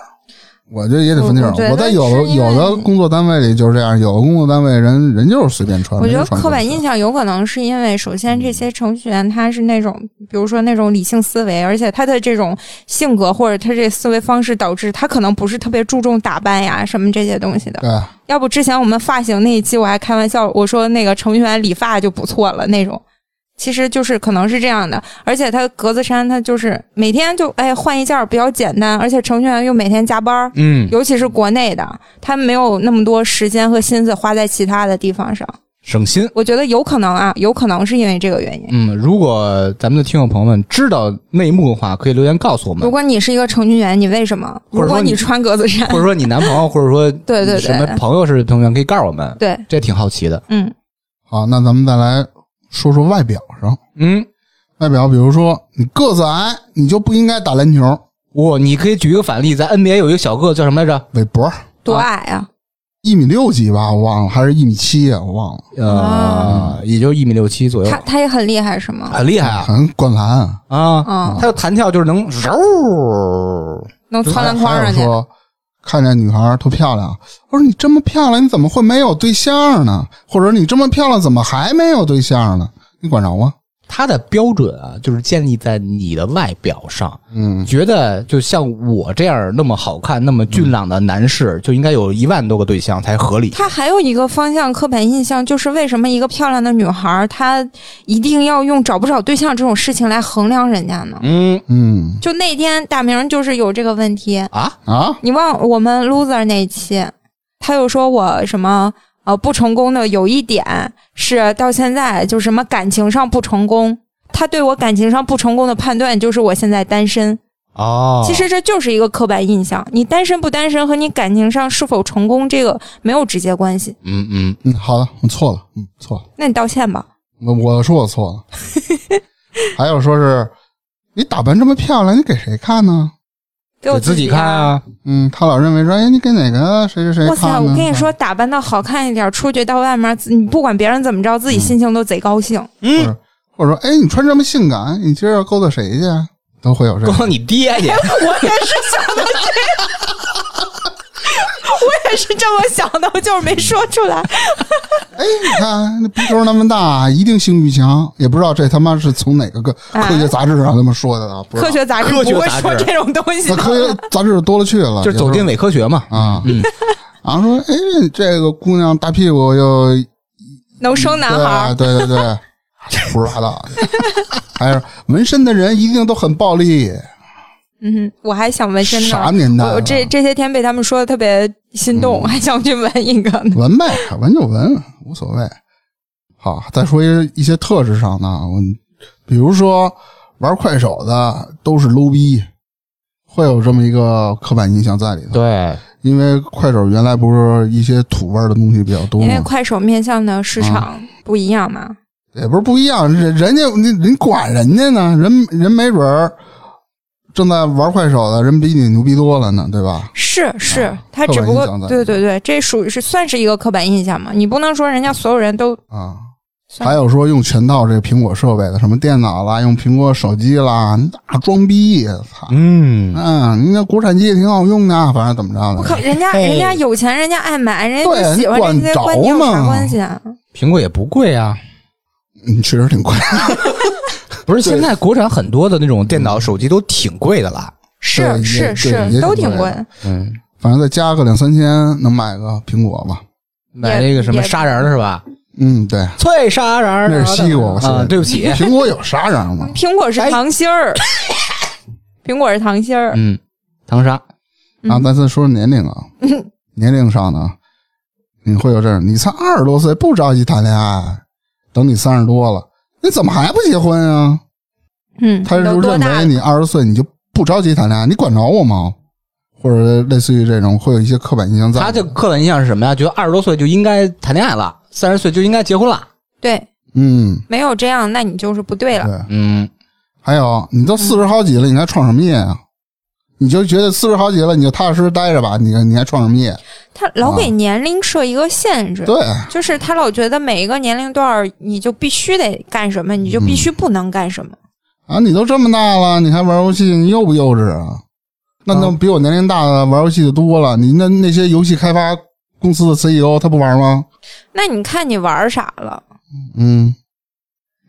我觉得也得分地儿我我觉。得我在有的是因为有的工作单位里就是这样，有的工作单位人人就是随便穿。我觉得人就穿刻板裤子印象有可能是因为，首先这些程序员他是那种，比如说那种理性思维，而且他的这种性格或者他这思维方式导致他可能不是特别注重打扮呀什么这些东西的。对，要不之前我们发型那一期我还开玩笑我说那个程序员理发就不错了那种，其实就是可能是这样的。而且他格子衫他就是每天就哎换一件儿比较简单，而且程序员又每天加班儿，嗯，尤其是国内的，他没有那么多时间和心思花在其他的地方上。省心。我觉得有可能啊，有可能是因为这个原因。嗯，如果咱们的听众朋友们知道内幕的话，可以留言告诉我们如，果你是一个程序员，你为什么？或者如说果你你穿格子衫或，者说你男朋友，或者说 对对对什么朋友是同学，可以告诉我们， 对，这挺好奇的。嗯，好，那咱们再来说说外表上。嗯，外表，比如说你个子矮，你就不应该打篮球。我你可以举一个反例，咱 NBA 有一个小个子叫什么来着？韦伯多矮啊？一米六几吧，我忘了，还是一米七呀，我忘了。呃，也就一米六七左右他，他也很厉害是吗？很厉害啊好像灌篮，啊！嗯，他的弹跳就是能揉，能窜篮筐还有上去。说看见女孩儿特漂亮，我说你这么漂亮，你怎么会没有对象呢？或者你这么漂亮，怎么还没有对象呢？你管着吗？他的标准啊，就是建立在你的外表上。嗯，觉得就像我这样那么好看、那么俊朗的男士，就应该有一万多个对象才合理。他还有一个方向刻板印象，就是为什么一个漂亮的女孩儿，她一定要用找不找对象这种事情来衡量人家呢？嗯嗯就那天大明就是有这个问题，啊，啊，你忘我们 loser 那一期，他又说我什么呃不成功的有一点是到现在就什么感情上不成功，他对我感情上不成功的判断就是我现在单身。哦，其实这就是一个刻板印象，你单身不单身和你感情上是否成功这个没有直接关系。嗯嗯，嗯，好的，我错了，嗯，错了，那你道歉吧。我我说我错 了。还有说是你打扮这么漂亮，你给谁看呢？给我自己啊看！啊，嗯，他老认为说，哎，你给哪个谁谁哇谁塞，看我呢？跟你说，打扮的好看一点，出去到外面，你不管别人怎么着，自己嗯心情都贼高兴。 或者或者说，哎，你穿这么性感，你今儿要勾搭谁去啊？都会有这光个。你爹去，我也是想的这个，我也是这么想的，我就是没说出来。哎，你看那鼻头那么大，一定性欲强。也不知道这他妈是从哪个个啊科学杂志上他们说的啊？不知道科学杂志科学不会杂志说这种东西那的。科学杂志多了去了， 就是走进也伪科学嘛。不是啊。然后说，哎，这个姑娘大屁股又 能生男对孩啊儿，对对对，胡说八道。还有纹身的人一定都很暴力，嗯哼，我还想纹身呢。啥年代我了我这这些天被他们说的特别心动，嗯我还想去纹一个呢。纹呗，纹就纹，无所谓。好，再说一一些特质上的，我比如说玩快手的都是 low 逼，会有这么一个刻板印象在里头。对，因为快手原来不是一些土味儿的东西比较多因为吗？快手面向的市场啊不一样嘛，也不是不一样，人人家你你管人家呢，人人没准儿正在玩快手的人比你牛逼多了呢，对吧？是是，他刻只板不过印象在对对对，这属于是算是一个刻板印象嘛，你不能说人家所有人都啊，算还有说用全套这个苹果设备的，什么电脑啦，用苹果手机啦，你大装逼，操！嗯，嗯，你那国产机也挺好用的，啊反正怎么我着靠，的，人家哎人家有钱，人家爱买，人家对就喜欢这些你管关你有着啥吗关系哎啊？苹果也不贵啊，嗯，确实挺贵。不是现在国产很多的那种电脑、手机都挺贵的啦。对 是也是对也是，都挺贵挺。嗯，反正再加个两三千，能买个苹果吧？买那个什也么沙瓤的是吧？嗯，对，脆沙瓤儿，那是西瓜我操啊，对不起，苹果有啥样吗？苹果是哎糖心 儿，苹果是糖心儿。嗯，糖沙，嗯然后咱再啊说说年龄啊，年龄上呢，你会有这种，你才二十多岁不着急谈恋爱，等你三十多了，你怎么还不结婚啊？嗯，他是都多认大为了？你二十岁你就不着急谈恋爱，你管着我吗？或者类似于这种，会有一些刻板印象在。他这刻板印象是什么呀？觉得二十多岁就应该谈恋爱了，三十岁就应该结婚了。对，嗯，没有这样，那你就是不对啊了。对。嗯，还有，你都四十好几了，你还创什么业啊？你就觉得四十好几了，你就踏踏实实待着吧，你你还创什么业？他老给年龄设一个限制，啊对，就是他老觉得每一个年龄段儿你就必须得干什么，你嗯就必须不能干什么。啊，你都这么大了，你还玩游戏，你幼不幼稚啊？那那比我年龄大的玩游戏的多了，你那那些游戏开发公司的 CEO 他不玩吗？那你看你玩啥了？嗯，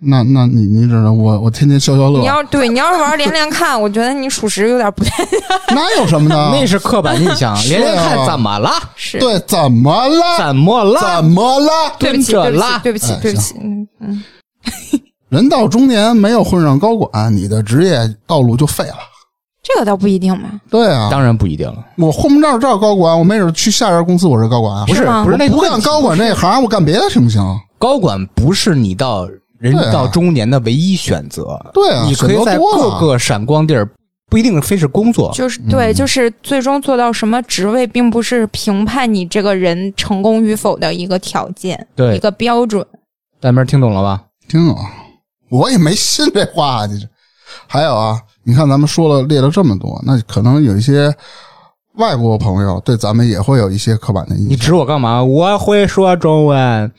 那那你你知道我我天天消消乐你，要对你要是玩连连看，我觉得你属实有点不太那有什么的？ 那是刻板印 象。是啊连连看怎么了？是。对，怎么了？怎么了啊怎？么了？对不起，蹲对不着起拉，对不起哎，对不起，嗯嗯，人到中年没有混上高管，你的职业道路就废了。这个倒不一定吧。对啊，当然不一定了，我混不到这儿高管，我没准去下家公司我是高管啊。不是是吗不是那不个干问题高管这行，我干别的行不行？高管不是你到人对啊到中年的唯一选择，对啊，你可以选在择多各了个闪光地儿，不一定非是工哦作。就是嗯对，就是最终做到什么职位，并不是评判你这个人成功与否的一个条件，对一个标准。大明儿听懂了吧？听懂，我也没信这话、啊。这是还有啊，你看咱们说了列了这么多，那可能有一些外国朋友对咱们也会有一些刻板的印你象。指我干嘛？我会说中文。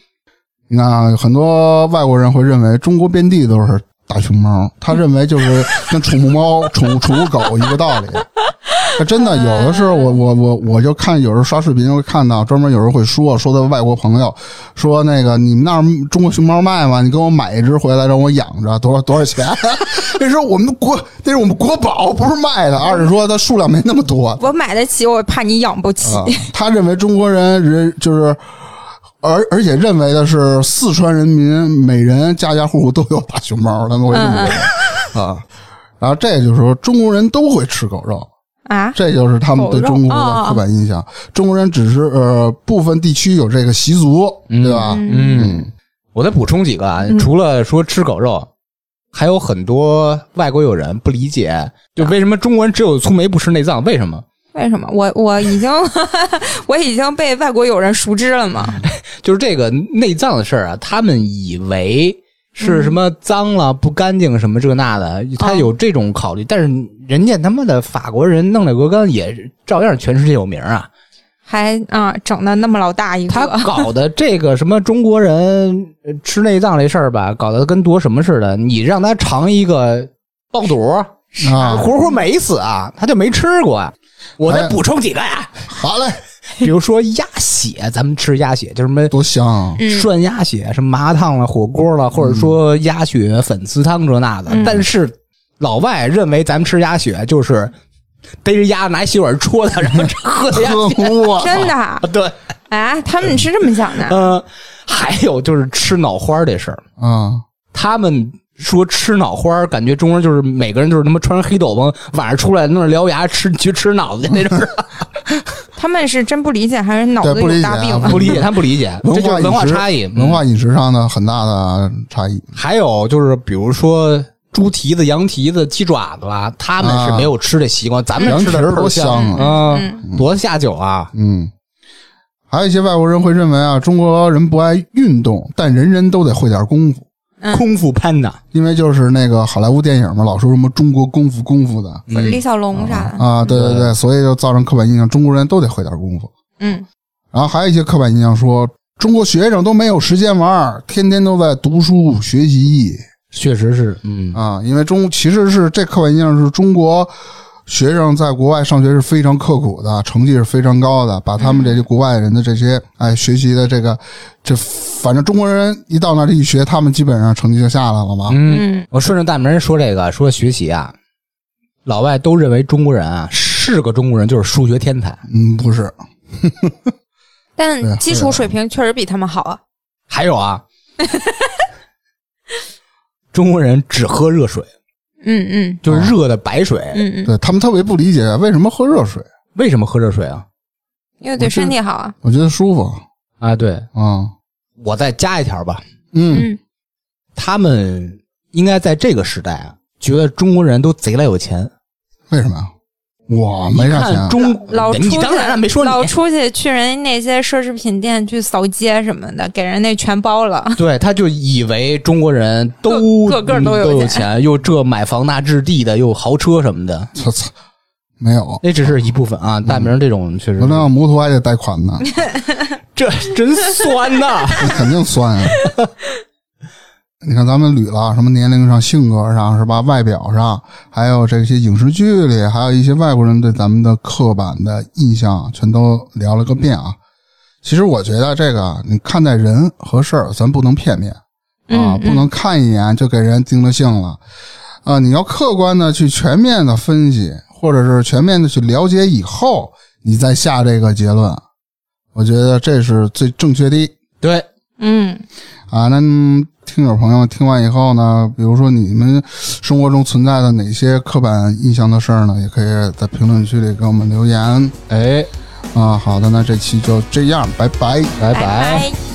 你看啊，很多外国人会认为中国遍地都是大熊猫，他认为就是跟宠物猫、宠物宠物狗一个道理。那真的，有的时候我我我我就看，有时候刷视频就会看到，专门有人会说说的外国朋友说那个你们那儿中国熊猫卖吗？你给我买一只回来让我养着，多少多少钱？ 那是我们国那是我们国宝，不是卖的。二是说它数量没那么多，我买得起，我怕你养不起。 啊，他认为中国人人就是，而而且认为的是四川人民每人家家户户都有大熊猫，他们嗯会这么认为啊。然后这就是说中国人都会吃狗肉，啊，这就是他们对狗肉中国哦的刻板印象。中国人只是呃部分地区有这个习俗，对吧？嗯，我再补充几个啊，嗯除了说吃狗肉，还有很多外国友人不理解，就为什么中国人只有粗眉不吃内脏？为什么？为什么？我我已经 我已经被外国友人熟知了嘛。就是这个内脏的事儿啊，他们以为是什么脏了、不干净什么这那的，他有这种考虑。但是人家他妈的法国人弄了鹅肝也是照样全世界有名啊，还啊，整的那么老大 一他个，搞的这个什么中国人呃吃内脏这事儿吧，搞得跟夺什么似的。你让他尝一个爆肚儿。啊，活活美死啊，他就没吃过啊。我再哎补充几个 呀、好嘞，比如说鸭血，咱们吃鸭血就是什么多香啊！嗯涮鸭血，什么麻辣烫了、火锅了，或者说鸭血粉丝汤这那的。嗯但是老外认为咱们吃鸭血就是逮着鸭拿洗碗戳它，然后喝 的 鸭血。我操 真的对，啊，他们是这么想的。嗯、还有就是吃脑花儿这事儿，啊，他们说吃脑花儿，感觉中国人就是每个人就是他妈穿上黑斗篷，晚上出来弄着獠牙吃去吃脑子去那种。 他们是真不理解，还是脑子对不理有解大病啊啊？不理解，他们不理解，这文就化是文化饮食差异。嗯文化饮食上的很大的差异。还有就是，比如说猪蹄子、羊蹄子、鸡爪子啦，他们是没有吃这习惯，咱们羊吃蹄的儿啊倍儿多香啊！啊，多下酒啊！嗯，还有一些外国人会认为啊，中国人不爱运动，但人人都得会点功夫，嗯空腹攀呐，因为就是那个好莱坞电影嘛，老说什么中国功夫功夫的嗯李小龙啥的，啊，对对对对，所以就造成刻板印象，中国人都得会点功夫。嗯，然后还有一些刻板印象说，中国学生都没有时间玩儿，天天都在读书学习确实是，嗯，啊，因为中其实是这刻板印象是中国。学生在国外上学是非常刻苦的，成绩是非常高的，把他们这些国外人的这些哎学习的这个，这反正中国人一到那里一学，他们基本上成绩就下来了嘛。嗯，我顺着大明儿说这个，说学习啊，老外都认为中国人啊是个中国人就是数学天才，嗯，不是，啊但基础水平确实比他们好啊。还有啊，中国人只喝热水，嗯嗯就是热的白水，嗯嗯，对他们特别不理解为什么喝热水，为什么喝热水啊？因为对身体好啊。我觉得舒服啊，对，啊。我再加一条吧，嗯，嗯，他们应该在这个时代啊，觉得中国人都贼拉有钱，为什么呀？我没啥看钱，啊中老哎出你去当然了，没说老你，出去去人那些奢侈品店去扫街什么的，给人那全包了。 对，他就以为中国人都 个个个嗯都都有有钱，又这买房那置地的，又豪车什么的，操操，没有，那只是一部分啊。大明这种确实 我那辆摩托还得贷款呢，这真酸呐、 那肯定酸啊。你看咱们捋了什么年龄上、性格上是吧？外表上，还有这些影视剧里，还有一些外国人对咱们的刻板的印象，全都聊了个遍啊。其实我觉得这个啊你看待人和事儿，咱不能片面啊，嗯不能看一眼就给人定了性了啊。你要客观的去全面的分析，或者是全面的去了解以后，你再下这个结论，我觉得这是最正确的。 对，嗯啊，那嗯听友朋友听完以后呢，比如说你们生活中存在的哪些刻板印象的事儿呢，也可以在评论区里给我们留言哎，啊。好的，那这期就这样，拜拜。拜拜拜